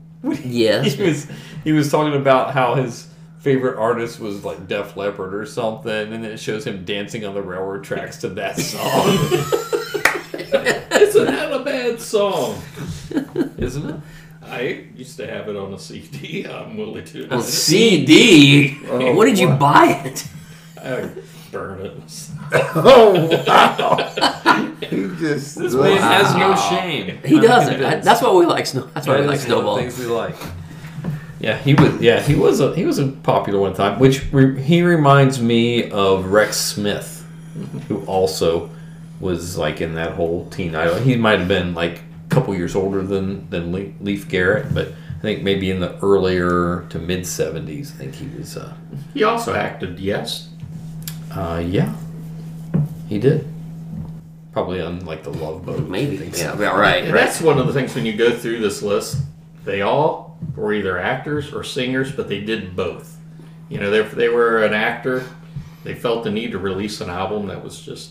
Speaker 15: Yes.
Speaker 12: he was he was talking about how his favorite artist was like Def Leppard or something, and then it shows him dancing on the railroad tracks to that song.
Speaker 13: Um, Isn't that a bad song?
Speaker 12: Isn't it?
Speaker 13: I used to have it on a CD. I'm willing to.
Speaker 15: On CD?
Speaker 12: Oh,
Speaker 15: What did you buy it?
Speaker 13: I burned Oh, it.
Speaker 14: Oh wow! he just
Speaker 12: This man has no shame.
Speaker 15: He
Speaker 12: I'm
Speaker 15: doesn't.
Speaker 12: convinced.
Speaker 15: I- that's why we like snow. That's why we
Speaker 12: That
Speaker 15: like
Speaker 12: is one of the
Speaker 15: snowball.
Speaker 12: Things we like. Yeah, he was. Yeah, he was a he was a popular one time. Which re, he reminds me of Rex Smith, who also was like in that whole teen idol. He might have been like a couple years older than than Le- Leaf Garrett, but I think maybe in the earlier to mid seventies. I think he was. Uh,
Speaker 13: He also acted. Yes.
Speaker 12: uh, yeah, he did. Probably on like the Love Boat.
Speaker 15: Maybe. Yeah.
Speaker 12: Right.
Speaker 15: All right.
Speaker 13: And
Speaker 15: Right.
Speaker 13: that's one of the things when you go through this list, they all were either actors or singers, but they did both. You know, they, they were an actor. They felt the need to release an album that was just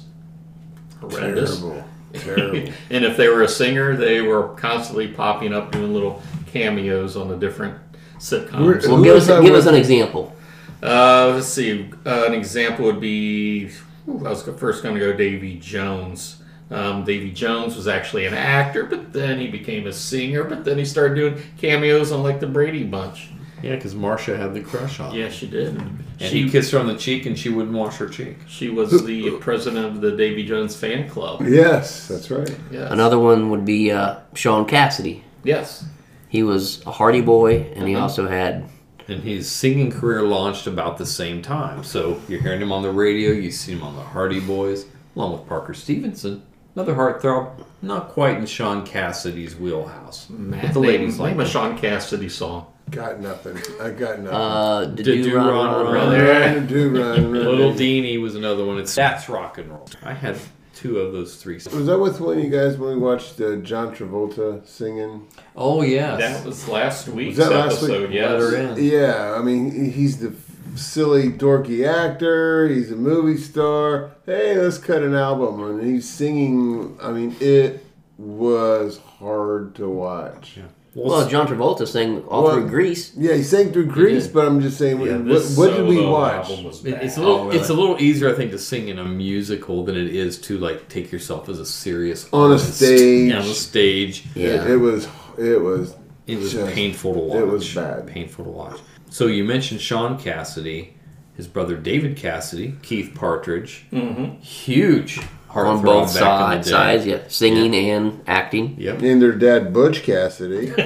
Speaker 13: horrendous.
Speaker 14: Terrible. Terrible.
Speaker 13: and if they were a singer, they were constantly popping up doing little cameos on the different sitcoms.
Speaker 15: Well, give us give us an example.
Speaker 13: Uh, let's see. Uh, an example would be whew, I was first going to go Davy Jones. Um, Davy Jones was actually an actor, but then he became a singer. But then he started doing cameos on like the Brady Bunch.
Speaker 12: Yeah, because Marcia had the crush on. him.
Speaker 13: Yeah, she did.
Speaker 12: And
Speaker 13: she
Speaker 12: he kissed her on the cheek, and she wouldn't wash her cheek.
Speaker 13: she was the president of the Davy Jones fan club.
Speaker 14: Yes, that's right.
Speaker 13: Yes.
Speaker 15: Another one would be uh, Sean Cassidy.
Speaker 13: Yes.
Speaker 15: He was a Hardy Boy, and
Speaker 12: Uh-huh.
Speaker 15: he also had
Speaker 12: And his singing career launched about the same time. So you're hearing him on the radio, you see him on the Hardy Boys, along with Parker Stevenson, another heartthrob, not quite in Sean Cassidy's wheelhouse. But
Speaker 13: Matt,
Speaker 12: the ladies
Speaker 13: name,
Speaker 12: like
Speaker 13: name a
Speaker 12: him.
Speaker 13: Sean Cassidy song.
Speaker 14: Got nothing. I got nothing.
Speaker 15: uh,
Speaker 12: Do
Speaker 15: Do
Speaker 12: Do Run Run.
Speaker 14: Run, do run, run.
Speaker 12: Little Deanie was another one. It's that's rock and roll. I had two of those three.
Speaker 14: Was that with one of you guys when we watched uh, John Travolta singing?
Speaker 12: Oh yes,
Speaker 13: That was last week's
Speaker 14: that last
Speaker 13: episode.
Speaker 14: week?
Speaker 13: Yes.
Speaker 12: Let her in.
Speaker 14: Yeah, I mean he- he's the silly dorky actor. He's a movie star. Hey, let's cut an album, and he's singing. I mean, it was hard to watch.
Speaker 15: Well, John Travolta sang all
Speaker 14: Well,
Speaker 15: through Grease.
Speaker 14: Yeah, he sang through Grease, but I'm just saying, what, what
Speaker 13: this
Speaker 14: what did we
Speaker 13: solo
Speaker 14: watch?
Speaker 13: album was
Speaker 12: It- it's a
Speaker 13: bad.
Speaker 12: little it's a little easier, I think, to sing in a musical than it is to like take yourself as a serious
Speaker 14: On a
Speaker 12: artist.
Speaker 14: stage.
Speaker 12: Yeah, on a stage.
Speaker 14: It, it was. It was.
Speaker 12: It was
Speaker 14: just-
Speaker 12: painful to watch.
Speaker 14: It was bad.
Speaker 12: Painful to watch. So you mentioned Sean
Speaker 14: Mm-hmm.
Speaker 12: Cassidy, his brother David Cassidy, Keith Partridge,
Speaker 13: Mhm.
Speaker 12: huge
Speaker 15: on
Speaker 12: heartthrob
Speaker 15: both
Speaker 12: back in
Speaker 15: sides,
Speaker 12: the day.
Speaker 15: sides, yeah, singing and acting.
Speaker 12: Yep.
Speaker 14: And their dad, Butch Cassidy.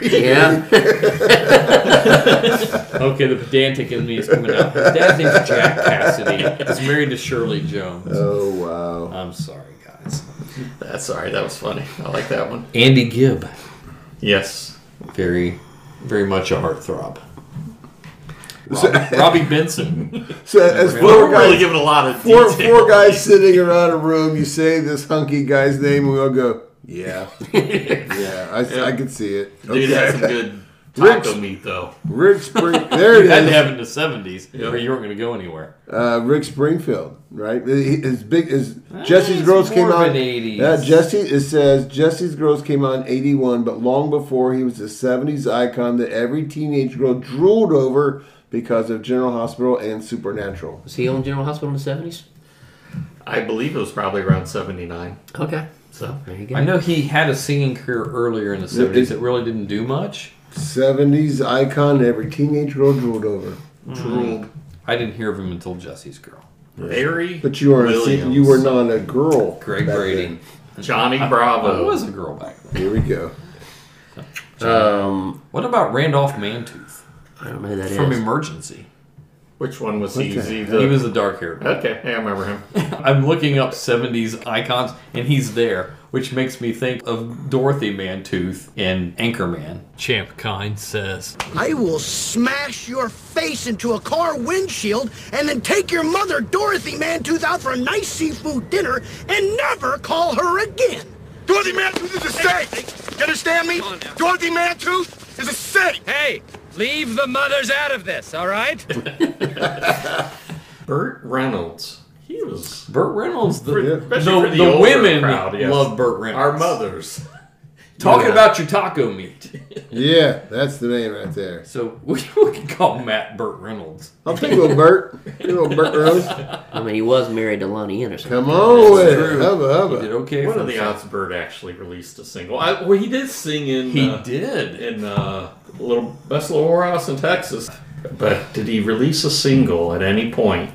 Speaker 15: Yeah.
Speaker 12: okay, the pedantic in me is coming out. His dad's name's Jack Cassidy. He's married to Shirley Jones.
Speaker 14: Oh wow!
Speaker 12: I'm sorry, guys.
Speaker 13: That's all right. That was funny. I like that one.
Speaker 12: Andy Gibb,
Speaker 13: Yes.
Speaker 12: very, very much a heartthrob. Robbie, Robbie Benson.
Speaker 14: So as
Speaker 13: Well,
Speaker 14: four
Speaker 13: we're really
Speaker 14: guys,
Speaker 13: giving a lot of
Speaker 14: four,
Speaker 13: detail.
Speaker 14: four guys sitting around a room, you say this hunky guy's name, and we all go, yeah, yeah, I, I can see it.
Speaker 13: Dude had some good
Speaker 14: Rick-
Speaker 13: taco meat though.
Speaker 14: Rick Spring, there it
Speaker 12: you had
Speaker 14: is.
Speaker 12: to have it in the '70s, or you weren't going to go anywhere.
Speaker 14: Uh, Rick Springfield, right? He- His big is Jesse's
Speaker 12: it's
Speaker 14: Girls came
Speaker 12: Ah, more of
Speaker 14: on.
Speaker 12: an 80s.
Speaker 14: Yeah, Jesse. It says Jesse's Girls came on eighty one, but long before he was a seventies icon that every teenage girl drooled over because of General Hospital and Supernatural.
Speaker 15: Was he on General Hospital in the seventies?
Speaker 13: I believe it was probably around seventy nine.
Speaker 15: Okay.
Speaker 13: So
Speaker 15: There you go.
Speaker 12: I know he had a singing career earlier in the '70s. It really didn't do much.
Speaker 14: Seventies icon that every teenage girl drooled over.
Speaker 13: drooled.
Speaker 12: I didn't hear of him until Jesse's Girl.
Speaker 13: Barry.
Speaker 14: But you are
Speaker 13: Williams.
Speaker 14: you were not a girl.
Speaker 12: Greg
Speaker 14: back
Speaker 12: Brady.
Speaker 13: Johnny
Speaker 12: I-
Speaker 13: Bravo.
Speaker 12: I was a girl back then.
Speaker 14: then. Here we go.
Speaker 15: Um,
Speaker 12: What about Randolph Mantooth
Speaker 15: I don't know who that is.
Speaker 12: from Emergency?
Speaker 13: Which one was
Speaker 14: What
Speaker 13: he?
Speaker 14: the
Speaker 13: Is he,
Speaker 14: heck?
Speaker 13: the,
Speaker 12: He was the dark haired one.
Speaker 13: Okay, yeah, I remember him.
Speaker 12: I'm looking up 70s icons, and he's there, which makes me think of Dorothy Mantooth and Anchorman.
Speaker 18: Champ Kind says.
Speaker 10: I will smash your face into a car windshield and then take your mother, Dorothy Mantooth, out for a nice seafood dinner and never call her again. Dorothy Mantooth is a saint. You understand me? Dorothy Mantooth is a saint.
Speaker 19: Hey, leave the mothers out of this, all right?
Speaker 13: Burt Reynolds. He was
Speaker 12: Burt Reynolds, the,
Speaker 13: especially
Speaker 12: the,
Speaker 13: for the,
Speaker 12: the
Speaker 13: older
Speaker 12: women
Speaker 13: crowd, yes.
Speaker 12: love Burt Reynolds.
Speaker 13: Our mothers.
Speaker 12: Talking
Speaker 14: Yeah.
Speaker 12: about your taco meat.
Speaker 14: Yeah, that's the name right there.
Speaker 12: So we, we can call Matt Burt Reynolds.
Speaker 14: I'll take a little Bert. Take a little Bert Rose.
Speaker 15: I mean, he was married to Lonnie Anderson.
Speaker 14: Come on with it.
Speaker 12: true.
Speaker 14: Hubba hubba.
Speaker 12: He did okay.
Speaker 13: One
Speaker 12: for
Speaker 13: of the
Speaker 12: himself.
Speaker 13: odds Bird actually released a single. I, well, he did sing in.
Speaker 12: He
Speaker 13: uh,
Speaker 12: did.
Speaker 13: in uh, Little Best Little Whorehouse in Texas. But did he release a single at any point?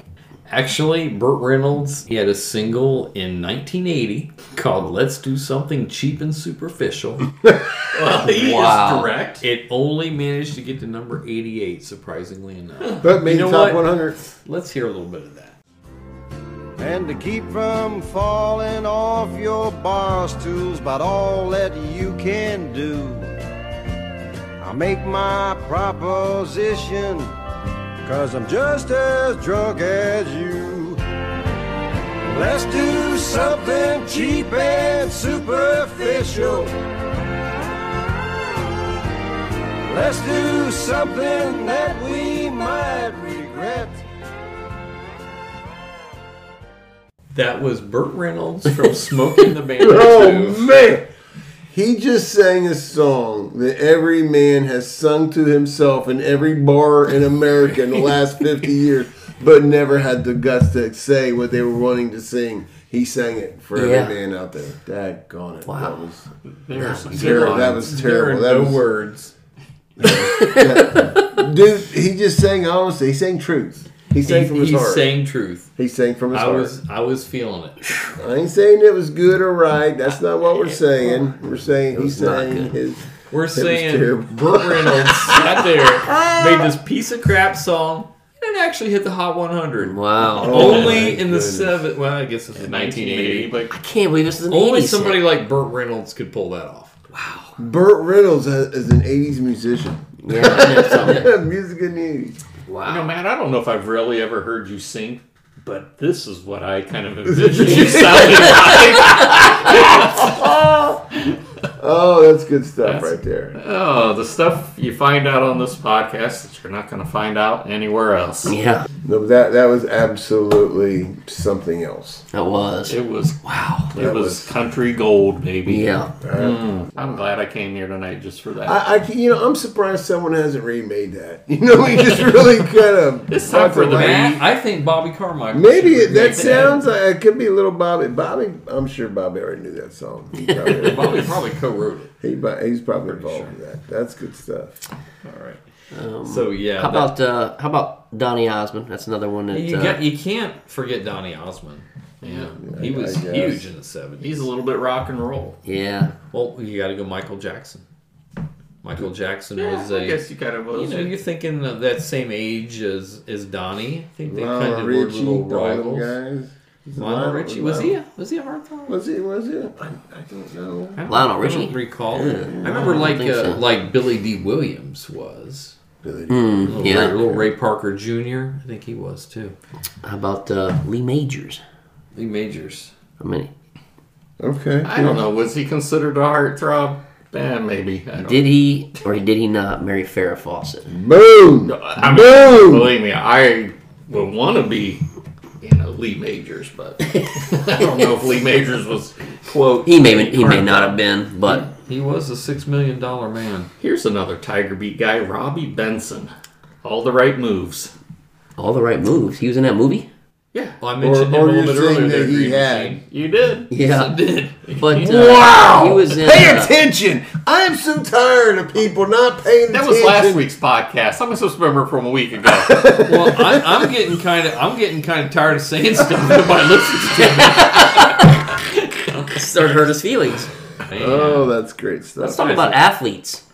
Speaker 12: Actually, Burt Reynolds he had a single in 1980 called "Let's Do Something Cheap and Superficial."
Speaker 13: Well, he
Speaker 12: Wow.
Speaker 13: is direct.
Speaker 12: It only managed to get to number 88, surprisingly enough.
Speaker 14: But made
Speaker 12: You know
Speaker 14: top
Speaker 12: what?
Speaker 14: 100.
Speaker 12: Let's hear a little bit of that.
Speaker 20: And to keep from falling off your bar stools about all that you can do, I make my proposition, cause I'm just as drunk as you. Let's do something cheap and superficial. Let's do something that we might regret.
Speaker 12: That was Burt Reynolds from Smoking the Bandit.
Speaker 14: Oh
Speaker 12: 2.
Speaker 14: man, he just sang a song that every man has sung to himself in every bar in America in the last fifty years, but never had the guts to say what they were wanting to sing. He sang it for every
Speaker 15: Yeah.
Speaker 14: man out there. Daggone it!
Speaker 15: Wow.
Speaker 14: That was
Speaker 12: There are some
Speaker 14: Terrible.
Speaker 12: good
Speaker 14: That
Speaker 12: lines.
Speaker 14: was terrible.
Speaker 12: There are no
Speaker 14: That was-
Speaker 12: words.
Speaker 14: dude. He just sang honestly. He sang truth. He sang from his
Speaker 12: he
Speaker 14: heart.
Speaker 12: sang truth.
Speaker 14: he sang from his
Speaker 12: I
Speaker 14: heart.
Speaker 12: was I was feeling it.
Speaker 14: I ain't saying it was good or right. That's not what we're saying. We're saying he's saying his.
Speaker 12: We're
Speaker 14: was
Speaker 12: saying
Speaker 14: terrible.
Speaker 12: Burt Reynolds sat there, made this piece of crap song, and it actually hit the Hot 100.
Speaker 15: Wow.
Speaker 14: Oh,
Speaker 12: Only
Speaker 14: my
Speaker 12: in the
Speaker 14: goodness.
Speaker 12: seven. Well, I guess this was
Speaker 13: 1980,
Speaker 12: 1980, but
Speaker 13: but
Speaker 15: I can't believe this is an
Speaker 12: only
Speaker 15: 80s
Speaker 12: somebody
Speaker 15: hit.
Speaker 12: like Burt Reynolds could pull that off.
Speaker 14: Burt Reynolds is is an '80s musician.
Speaker 15: Yeah, that's something.
Speaker 14: Music and news.
Speaker 15: Wow.
Speaker 13: You know, Matt, I don't know if I've really ever heard you sing, but this is what I kind of envisioned you sounding like.
Speaker 14: Oh, that's good stuff
Speaker 13: That's-
Speaker 14: right there.
Speaker 13: Oh, the stuff you find out on this podcast that you're not going to find out anywhere else.
Speaker 15: yeah,
Speaker 14: No, but that that was absolutely something else.
Speaker 15: that was.
Speaker 13: It was
Speaker 15: Wow.
Speaker 13: it was country gold, baby.
Speaker 15: Yeah.
Speaker 13: Mm. I'm glad I came here tonight just for that.
Speaker 14: I, I can- you know, I'm surprised someone hasn't remade that. You know, we just really kind of
Speaker 13: It's time for the
Speaker 12: Matt, I think Bobby Carmichael.
Speaker 14: Maybe
Speaker 12: should
Speaker 14: it, that
Speaker 12: remake
Speaker 14: sounds like it could be a little Bobby. Bobby, I'm sure Bobby already knew that song. He probably,
Speaker 12: Bobby probably co-wrote it.
Speaker 14: he, bu- he's probably involved in that. That's good stuff.
Speaker 12: All right.
Speaker 15: Um,
Speaker 12: So yeah,
Speaker 15: how
Speaker 12: that-
Speaker 15: about uh, how about Donny Osmond? That's another one that
Speaker 12: you,
Speaker 15: uh,
Speaker 12: got, you can't forget Donny Osmond. Yeah, he was
Speaker 13: I guess.
Speaker 12: huge in the seventies.
Speaker 13: He's a little bit rock and roll.
Speaker 15: Yeah.
Speaker 12: Well, you got to go Michael Jackson. Michael Jackson
Speaker 13: Yeah,
Speaker 12: was
Speaker 13: I
Speaker 12: a.
Speaker 13: guess you kinda was.
Speaker 12: You know, you're thinking of that same age as as Donnie. I think they
Speaker 14: Lionel
Speaker 12: kind of were
Speaker 14: Richie,
Speaker 12: little
Speaker 14: all them
Speaker 12: rivals.
Speaker 14: guys.
Speaker 12: Lionel Richie was he? A, was he a hard time?
Speaker 14: Was he? Was he? a- I, I don't know.
Speaker 12: I don't recall.
Speaker 14: Yeah.
Speaker 12: I remember
Speaker 14: I
Speaker 12: like
Speaker 14: think
Speaker 12: uh,
Speaker 14: so.
Speaker 12: like Billy D. Williams was.
Speaker 14: Billy
Speaker 15: D. Hmm,
Speaker 12: little
Speaker 15: yeah.
Speaker 12: Ray, little Ray Parker Jr. I think he was too.
Speaker 15: How about uh, Lee Majors?
Speaker 12: Lee Majors.
Speaker 15: How many?
Speaker 14: Okay.
Speaker 13: I don't know. Was he considered a heartthrob? Eh, maybe. I don't
Speaker 15: Did he or did he not marry Farrah Fawcett?
Speaker 14: Boom!
Speaker 13: I mean, believe me, I would want to be, you know, Lee Majors, but I don't know if Lee Majors was quote.
Speaker 15: He may he may not have been, but
Speaker 12: he was a six million dollar man.
Speaker 13: Here's another Tiger Beat guy, Robbie Benson. All the right moves.
Speaker 15: all the right moves. He was in that movie.
Speaker 13: Yeah.
Speaker 12: Well, I
Speaker 15: mentioned him a little bit earlier there, Green Machine.
Speaker 13: You did.
Speaker 15: Yeah,
Speaker 13: did.
Speaker 15: But uh,
Speaker 14: wow!
Speaker 15: he was in.
Speaker 14: Pay
Speaker 15: uh,
Speaker 14: attention! I'm so tired of people not paying
Speaker 13: That
Speaker 14: attention.
Speaker 13: was last week's podcast. I'm supposed to remember from a week ago.
Speaker 12: Well, I, I'm getting kind of I'm getting kind of tired of saying stuff nobody listens to.
Speaker 15: Started hurt his feelings.
Speaker 14: Oh, that's great stuff.
Speaker 15: Let's talk about athletes.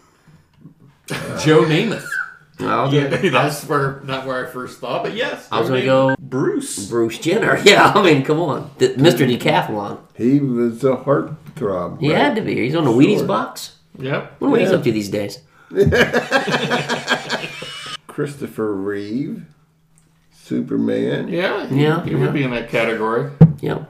Speaker 12: Joe Namath.
Speaker 15: Well,
Speaker 13: Yeah, that's where not where I first thought, but yes.
Speaker 15: I was gonna
Speaker 13: Tony-
Speaker 15: go
Speaker 13: Bruce.
Speaker 15: Bruce Jenner. Yeah, I mean, come on, The- Mr. Decathlon.
Speaker 14: He was a heartthrob.
Speaker 15: He
Speaker 14: right?
Speaker 15: had to be. He's on the Wheaties box.
Speaker 13: Yep.
Speaker 15: What are Wheaties
Speaker 14: Yeah.
Speaker 15: up to these days?
Speaker 14: Christopher Reeve, Superman.
Speaker 13: Yeah.
Speaker 15: Yeah,
Speaker 13: He would
Speaker 15: yeah.
Speaker 13: be in that category.
Speaker 15: Yep.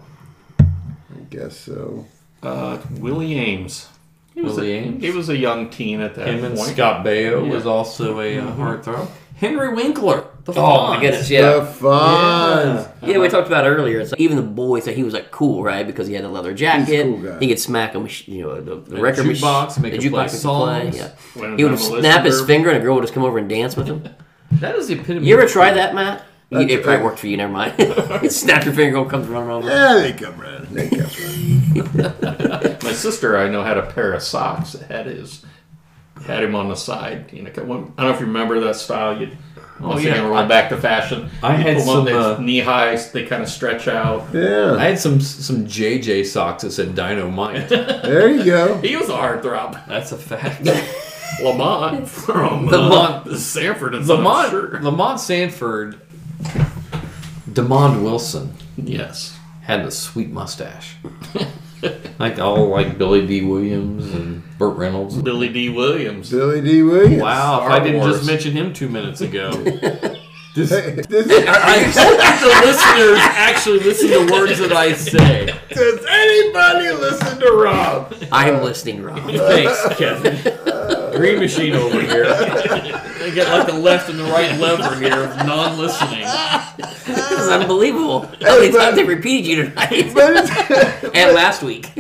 Speaker 14: I guess so.
Speaker 13: Uh, Willie Ames. He was,
Speaker 12: Willie
Speaker 13: a,
Speaker 12: Ames.
Speaker 13: he was a young teen at that
Speaker 12: Him
Speaker 13: point. Mm-hmm.
Speaker 12: and Scott Baio
Speaker 13: Yeah.
Speaker 12: was also a uh, heartthrob. Henry Winkler. The
Speaker 15: Oh my
Speaker 12: Fonz.
Speaker 15: goodness, yeah.
Speaker 14: The Fonz.
Speaker 15: Yeah. Yeah, we talked about earlier. It's like, even the boy thought he was like cool, right? Because he had the leather jacket.
Speaker 14: cool guy.
Speaker 15: He could smack a mach- you know, the, the
Speaker 12: A
Speaker 15: record mach-
Speaker 12: jukebox, make
Speaker 15: the
Speaker 12: him play
Speaker 15: jukebox could
Speaker 12: songs.
Speaker 15: play,
Speaker 13: When
Speaker 15: Yeah. He would have
Speaker 13: Melissa
Speaker 15: snapped his
Speaker 13: Derby-
Speaker 15: finger, and a girl would just come over and dance with him.
Speaker 12: That is the epitome.
Speaker 15: You ever
Speaker 12: of-
Speaker 15: try that, Matt? You,
Speaker 12: That's-
Speaker 15: it probably worked for you. Never mind. Snap your finger, girl comes running over.
Speaker 14: Yeah, they come around. They come around.
Speaker 13: My sister, I know, had a pair of socks that had his, had him on the side. You know, I don't know if you remember that style. You,
Speaker 12: Oh,
Speaker 13: once
Speaker 12: yeah.
Speaker 13: again, we're going back to fashion.
Speaker 12: I
Speaker 13: You
Speaker 12: had
Speaker 13: put one
Speaker 12: some,
Speaker 13: that's
Speaker 12: uh,
Speaker 13: knee high. They kind of stretch out.
Speaker 14: Yeah.
Speaker 12: I had some some JJ socks that said Dynamite.
Speaker 14: There you go.
Speaker 13: He was a heartthrob.
Speaker 12: That's a fact.
Speaker 13: Lamont from
Speaker 12: Lamont.
Speaker 13: Lamont Sanford and
Speaker 12: Lamont
Speaker 13: Lamont.
Speaker 12: Lamont Sanford, Demond Wilson
Speaker 13: Yes.
Speaker 12: had a sweet mustache, like all like Billy D. Williams and Burt Reynolds.
Speaker 13: Billy D. Williams.
Speaker 14: Billy D. Williams.
Speaker 12: Wow, if
Speaker 13: Star
Speaker 12: I didn't
Speaker 13: Wars.
Speaker 12: just mention him two minutes ago,
Speaker 14: Hey, this is-
Speaker 12: I hope that the listeners actually listen to words that I say.
Speaker 14: Does anybody listen to Rob?
Speaker 15: I am listening, Rob.
Speaker 12: Thanks, Kevin. Green machine over here. They get like the left and the right lever here of non-listening.
Speaker 15: This is unbelievable. How many times they repeated you tonight
Speaker 14: But it's,
Speaker 15: and last week?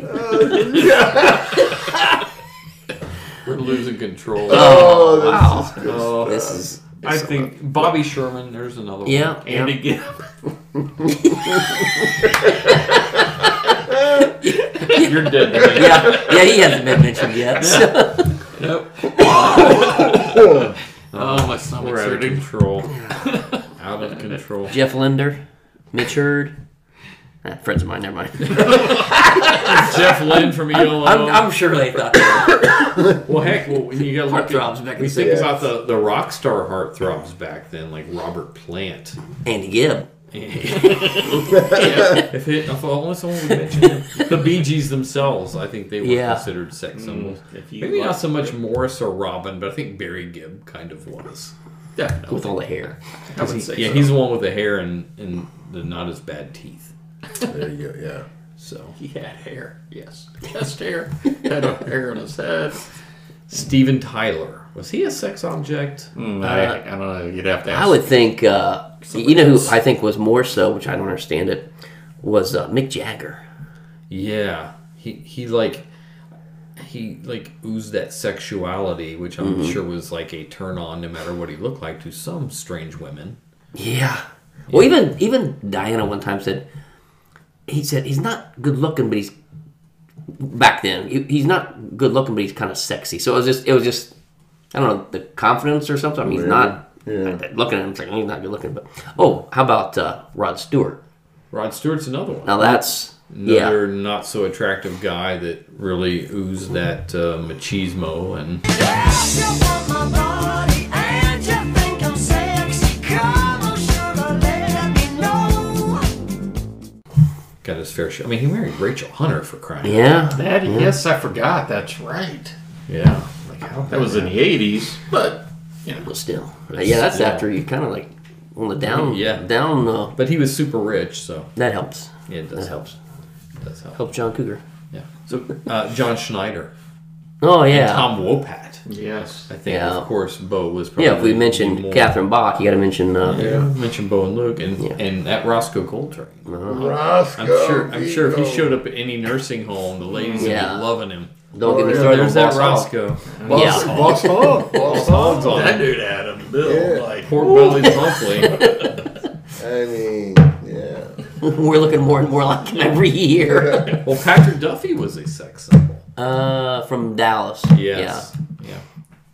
Speaker 12: We're losing control.
Speaker 14: oh, this
Speaker 15: Wow.
Speaker 14: is good.
Speaker 12: Oh,
Speaker 15: This is
Speaker 12: I think Bobby Sherman. There's another
Speaker 15: yeah.
Speaker 12: one.
Speaker 15: yeah.
Speaker 13: Andy Gibb.
Speaker 12: You're dead. to me.
Speaker 15: Yeah, yeah, he hasn't been mentioned yet. so-
Speaker 13: Oh, my
Speaker 12: We're
Speaker 13: stomach's
Speaker 12: out of
Speaker 13: hurting.
Speaker 12: control. out of control.
Speaker 15: Jeff Linder, Mitch Hurd. Ah, friends of mine, never mind.
Speaker 12: Jeff Lynn from ELO.
Speaker 15: I'm, I'm sure they thought.
Speaker 12: well, heck, well, you got
Speaker 15: Heartthrobs back in
Speaker 12: We
Speaker 15: the
Speaker 12: think
Speaker 15: 60s.
Speaker 12: about the the rock star heartthrobs back then, like Robert Plant.
Speaker 15: Andy Gibb.
Speaker 12: If, it, if only someone would mention him. the Bee Gees themselves, I think they were
Speaker 15: Yeah.
Speaker 12: considered sex symbols.
Speaker 13: If you
Speaker 12: Maybe not
Speaker 13: like-
Speaker 12: so much Morris or Robin, but I think Barry Gibb kind of was.
Speaker 13: Yeah,
Speaker 15: with all the hair.
Speaker 13: I would say
Speaker 12: yeah,
Speaker 13: so.
Speaker 12: he's the one with the hair and, and the not as bad teeth.
Speaker 14: There you go. Yeah.
Speaker 12: So
Speaker 13: He had hair. Yes. Chest hair. Had a hair on his head.
Speaker 12: Steven Tyler was he a sex object?
Speaker 13: Mm, I, I don't know. You'd have to ask.
Speaker 15: I would think, uh, you know who I think was more so, which I don't understand it, was uh, Mick Jagger.
Speaker 12: Yeah, he he like he like oozed that sexuality, which I'm sure was like a turn on, no matter what he looked like, to some strange women.
Speaker 15: Yeah. Well, even even Diana one time said, he said he's not good looking, but he's back then he, he's not good looking, but he's kind of sexy. So it was just it was just I don't know the confidence or something. I mean, he's not
Speaker 14: Yeah.
Speaker 15: looking at him it's like he's not good looking, but oh, how about uh, Rod Stewart?
Speaker 12: Rod Stewart's another one.
Speaker 15: Now that's-
Speaker 12: another not so attractive guy that really oozed that uh, machismo and got his fair share. I mean, he married Rachel Hunter for crying. out loud.
Speaker 13: That, Yes, I forgot. That's right.
Speaker 12: Yeah.
Speaker 13: Like how that was e- in the '80s, but yeah,
Speaker 15: well, still. uh, yeah, that's after you kind of like on the down.
Speaker 12: Yeah.
Speaker 15: down. Uh,
Speaker 12: but he was super rich, so
Speaker 15: that helps.
Speaker 12: Yeah, it does
Speaker 15: that helps.
Speaker 12: Does help.
Speaker 15: Help John Cougar.
Speaker 12: Yeah. So uh, John Schneider.
Speaker 15: Oh yeah.
Speaker 12: And Tom Wopat.
Speaker 13: Yes.
Speaker 12: I think of course Bo was probably
Speaker 15: Yeah, if we mentioned
Speaker 12: more-
Speaker 15: Catherine Bach, you got to mention. Uh,
Speaker 12: Yeah, mention Bo and Luke and and that Roscoe Gold Train.
Speaker 15: Uh-huh. Roscoe
Speaker 12: I'm sure. I'm sure if he
Speaker 15: Beagle.
Speaker 12: showed up at any nursing home, the ladies
Speaker 15: Yeah.
Speaker 12: would be loving him.
Speaker 15: Don't get me
Speaker 12: There-
Speaker 15: started
Speaker 12: There's
Speaker 15: on
Speaker 12: that
Speaker 15: Boss Hogg.
Speaker 12: Roscoe.
Speaker 15: Boss-
Speaker 12: Hogg.
Speaker 15: Boss Hogg.
Speaker 12: Boss
Speaker 15: Boss
Speaker 12: Hogg's on
Speaker 13: that
Speaker 12: it.
Speaker 13: dude had a bill. Like
Speaker 12: Poor Billy's monthly.
Speaker 14: I mean, yeah.
Speaker 15: We're looking more and more like him every year.
Speaker 12: well, Patrick Duffy was a sex symbol.
Speaker 15: Uh, from Dallas.
Speaker 12: Yes.
Speaker 15: Yeah.
Speaker 12: Yeah.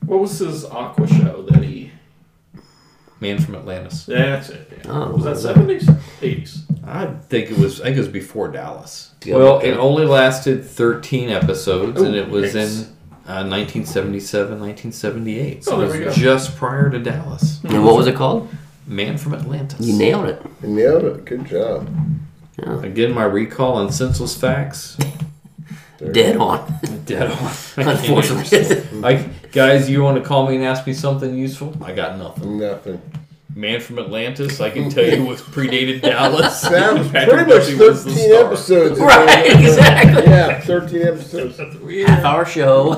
Speaker 13: What was his Aqua show that he?
Speaker 12: uh, Man from Atlantis.
Speaker 13: That's it. yeah.
Speaker 15: Oh,
Speaker 13: was that
Speaker 12: was that-
Speaker 13: seventies, eighties?
Speaker 12: I think it was. I think it was before Dallas.
Speaker 15: Yeah.
Speaker 12: well, it only lasted 13 episodes, and
Speaker 13: Ooh,
Speaker 12: it was
Speaker 13: nice.
Speaker 12: in uh, 1977, 1978. So
Speaker 13: Oh,
Speaker 12: it
Speaker 13: there
Speaker 12: was
Speaker 13: we go.
Speaker 12: just prior to Dallas.
Speaker 15: Oh. And what was it called?
Speaker 12: Man from Atlantis.
Speaker 15: You nailed it.
Speaker 14: You nailed it. Good job.
Speaker 12: Again, my recall on senseless facts.
Speaker 15: Dead on.
Speaker 12: Dead on.
Speaker 15: Unfortunately.
Speaker 12: like, guys, you want to call me and ask me something useful? I got nothing.
Speaker 14: Nothing.
Speaker 12: Man from Atlantis, I can tell you, was predated Dallas.
Speaker 14: That was
Speaker 12: Patrick
Speaker 14: pretty much
Speaker 12: Duffy was the
Speaker 14: 13
Speaker 12: star.
Speaker 14: episodes.
Speaker 15: Right, exactly.
Speaker 14: Yeah, 13 episodes.
Speaker 15: Half hour show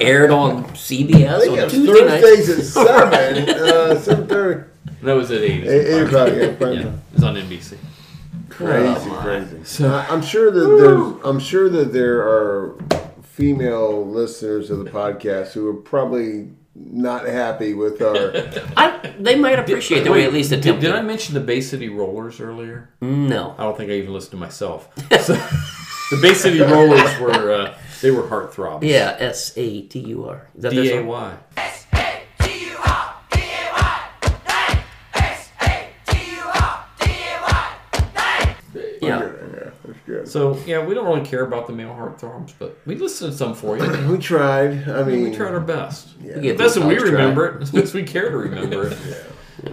Speaker 15: aired on
Speaker 14: I
Speaker 15: CBS
Speaker 14: think
Speaker 15: on
Speaker 14: it's
Speaker 15: Tuesday night.
Speaker 14: Thursdays at 7. uh, 7.30.
Speaker 12: That was at 80.
Speaker 14: Eight- eight o'clock, yeah, prime
Speaker 12: yeah,
Speaker 14: time.
Speaker 12: it was on NBC.
Speaker 14: Crazy,
Speaker 12: Oh, my.
Speaker 14: crazy.
Speaker 12: So-
Speaker 14: I- I'm sure that there's, I'm sure that there are female listeners of the podcast who are probably not happy with our.
Speaker 15: I, they might appreciate that we at least
Speaker 12: did,
Speaker 15: attempted.
Speaker 12: Did I mention the Bay City Rollers earlier?
Speaker 15: Hmm? No.
Speaker 12: I don't think I even listened to myself. So, the Bay City Rollers were uh, they were heartthrobs.
Speaker 15: Yeah, S A T U R. Is that their
Speaker 12: D A
Speaker 15: song?
Speaker 12: Y.
Speaker 15: Yeah.
Speaker 12: So yeah, we don't really care about the male heartthrobs, but we listened to some for you.
Speaker 14: We tried. I mean,
Speaker 12: we tried our best.
Speaker 14: Yeah.
Speaker 12: But That's what we remember it. That's what we care to remember it.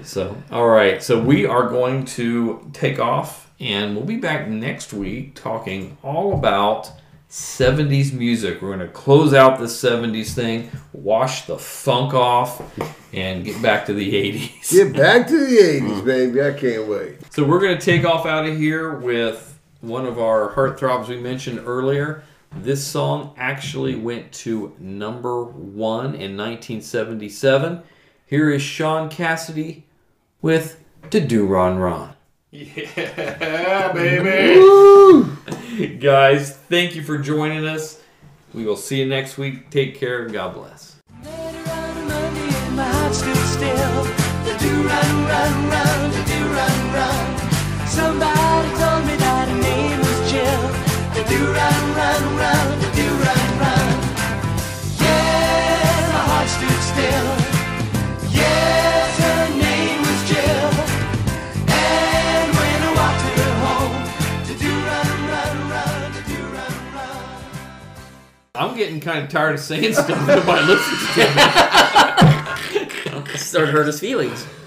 Speaker 12: So, all right. So we are going to take off, and we'll be back next week talking all about 70s music. We're going to close out the 70s thing, wash the funk off, and get back to the 80s.
Speaker 14: Get back to the 80s, baby. I can't wait.
Speaker 12: So we're going to take off out of here with one of our heartthrobs we mentioned earlier. This song actually went to number one in 1977. Here is Sean Cassidy with To Do Ron Ron.
Speaker 13: Yeah, baby.
Speaker 12: Guys, thank you for joining us. We will see you next week. Take care and God bless.
Speaker 2: My heart stood still. To do run, run, run, to do run, run. Somebody told me that her name was Jill. To do run, run, run, to do run, run. Yeah, my heart stood still. Yes, her name was Jill. And when I walked her home, to do run, run, run, to do run, run.
Speaker 12: I'm getting kind of tired of saying stuff nobody listens to.
Speaker 15: It started hurt his feelings.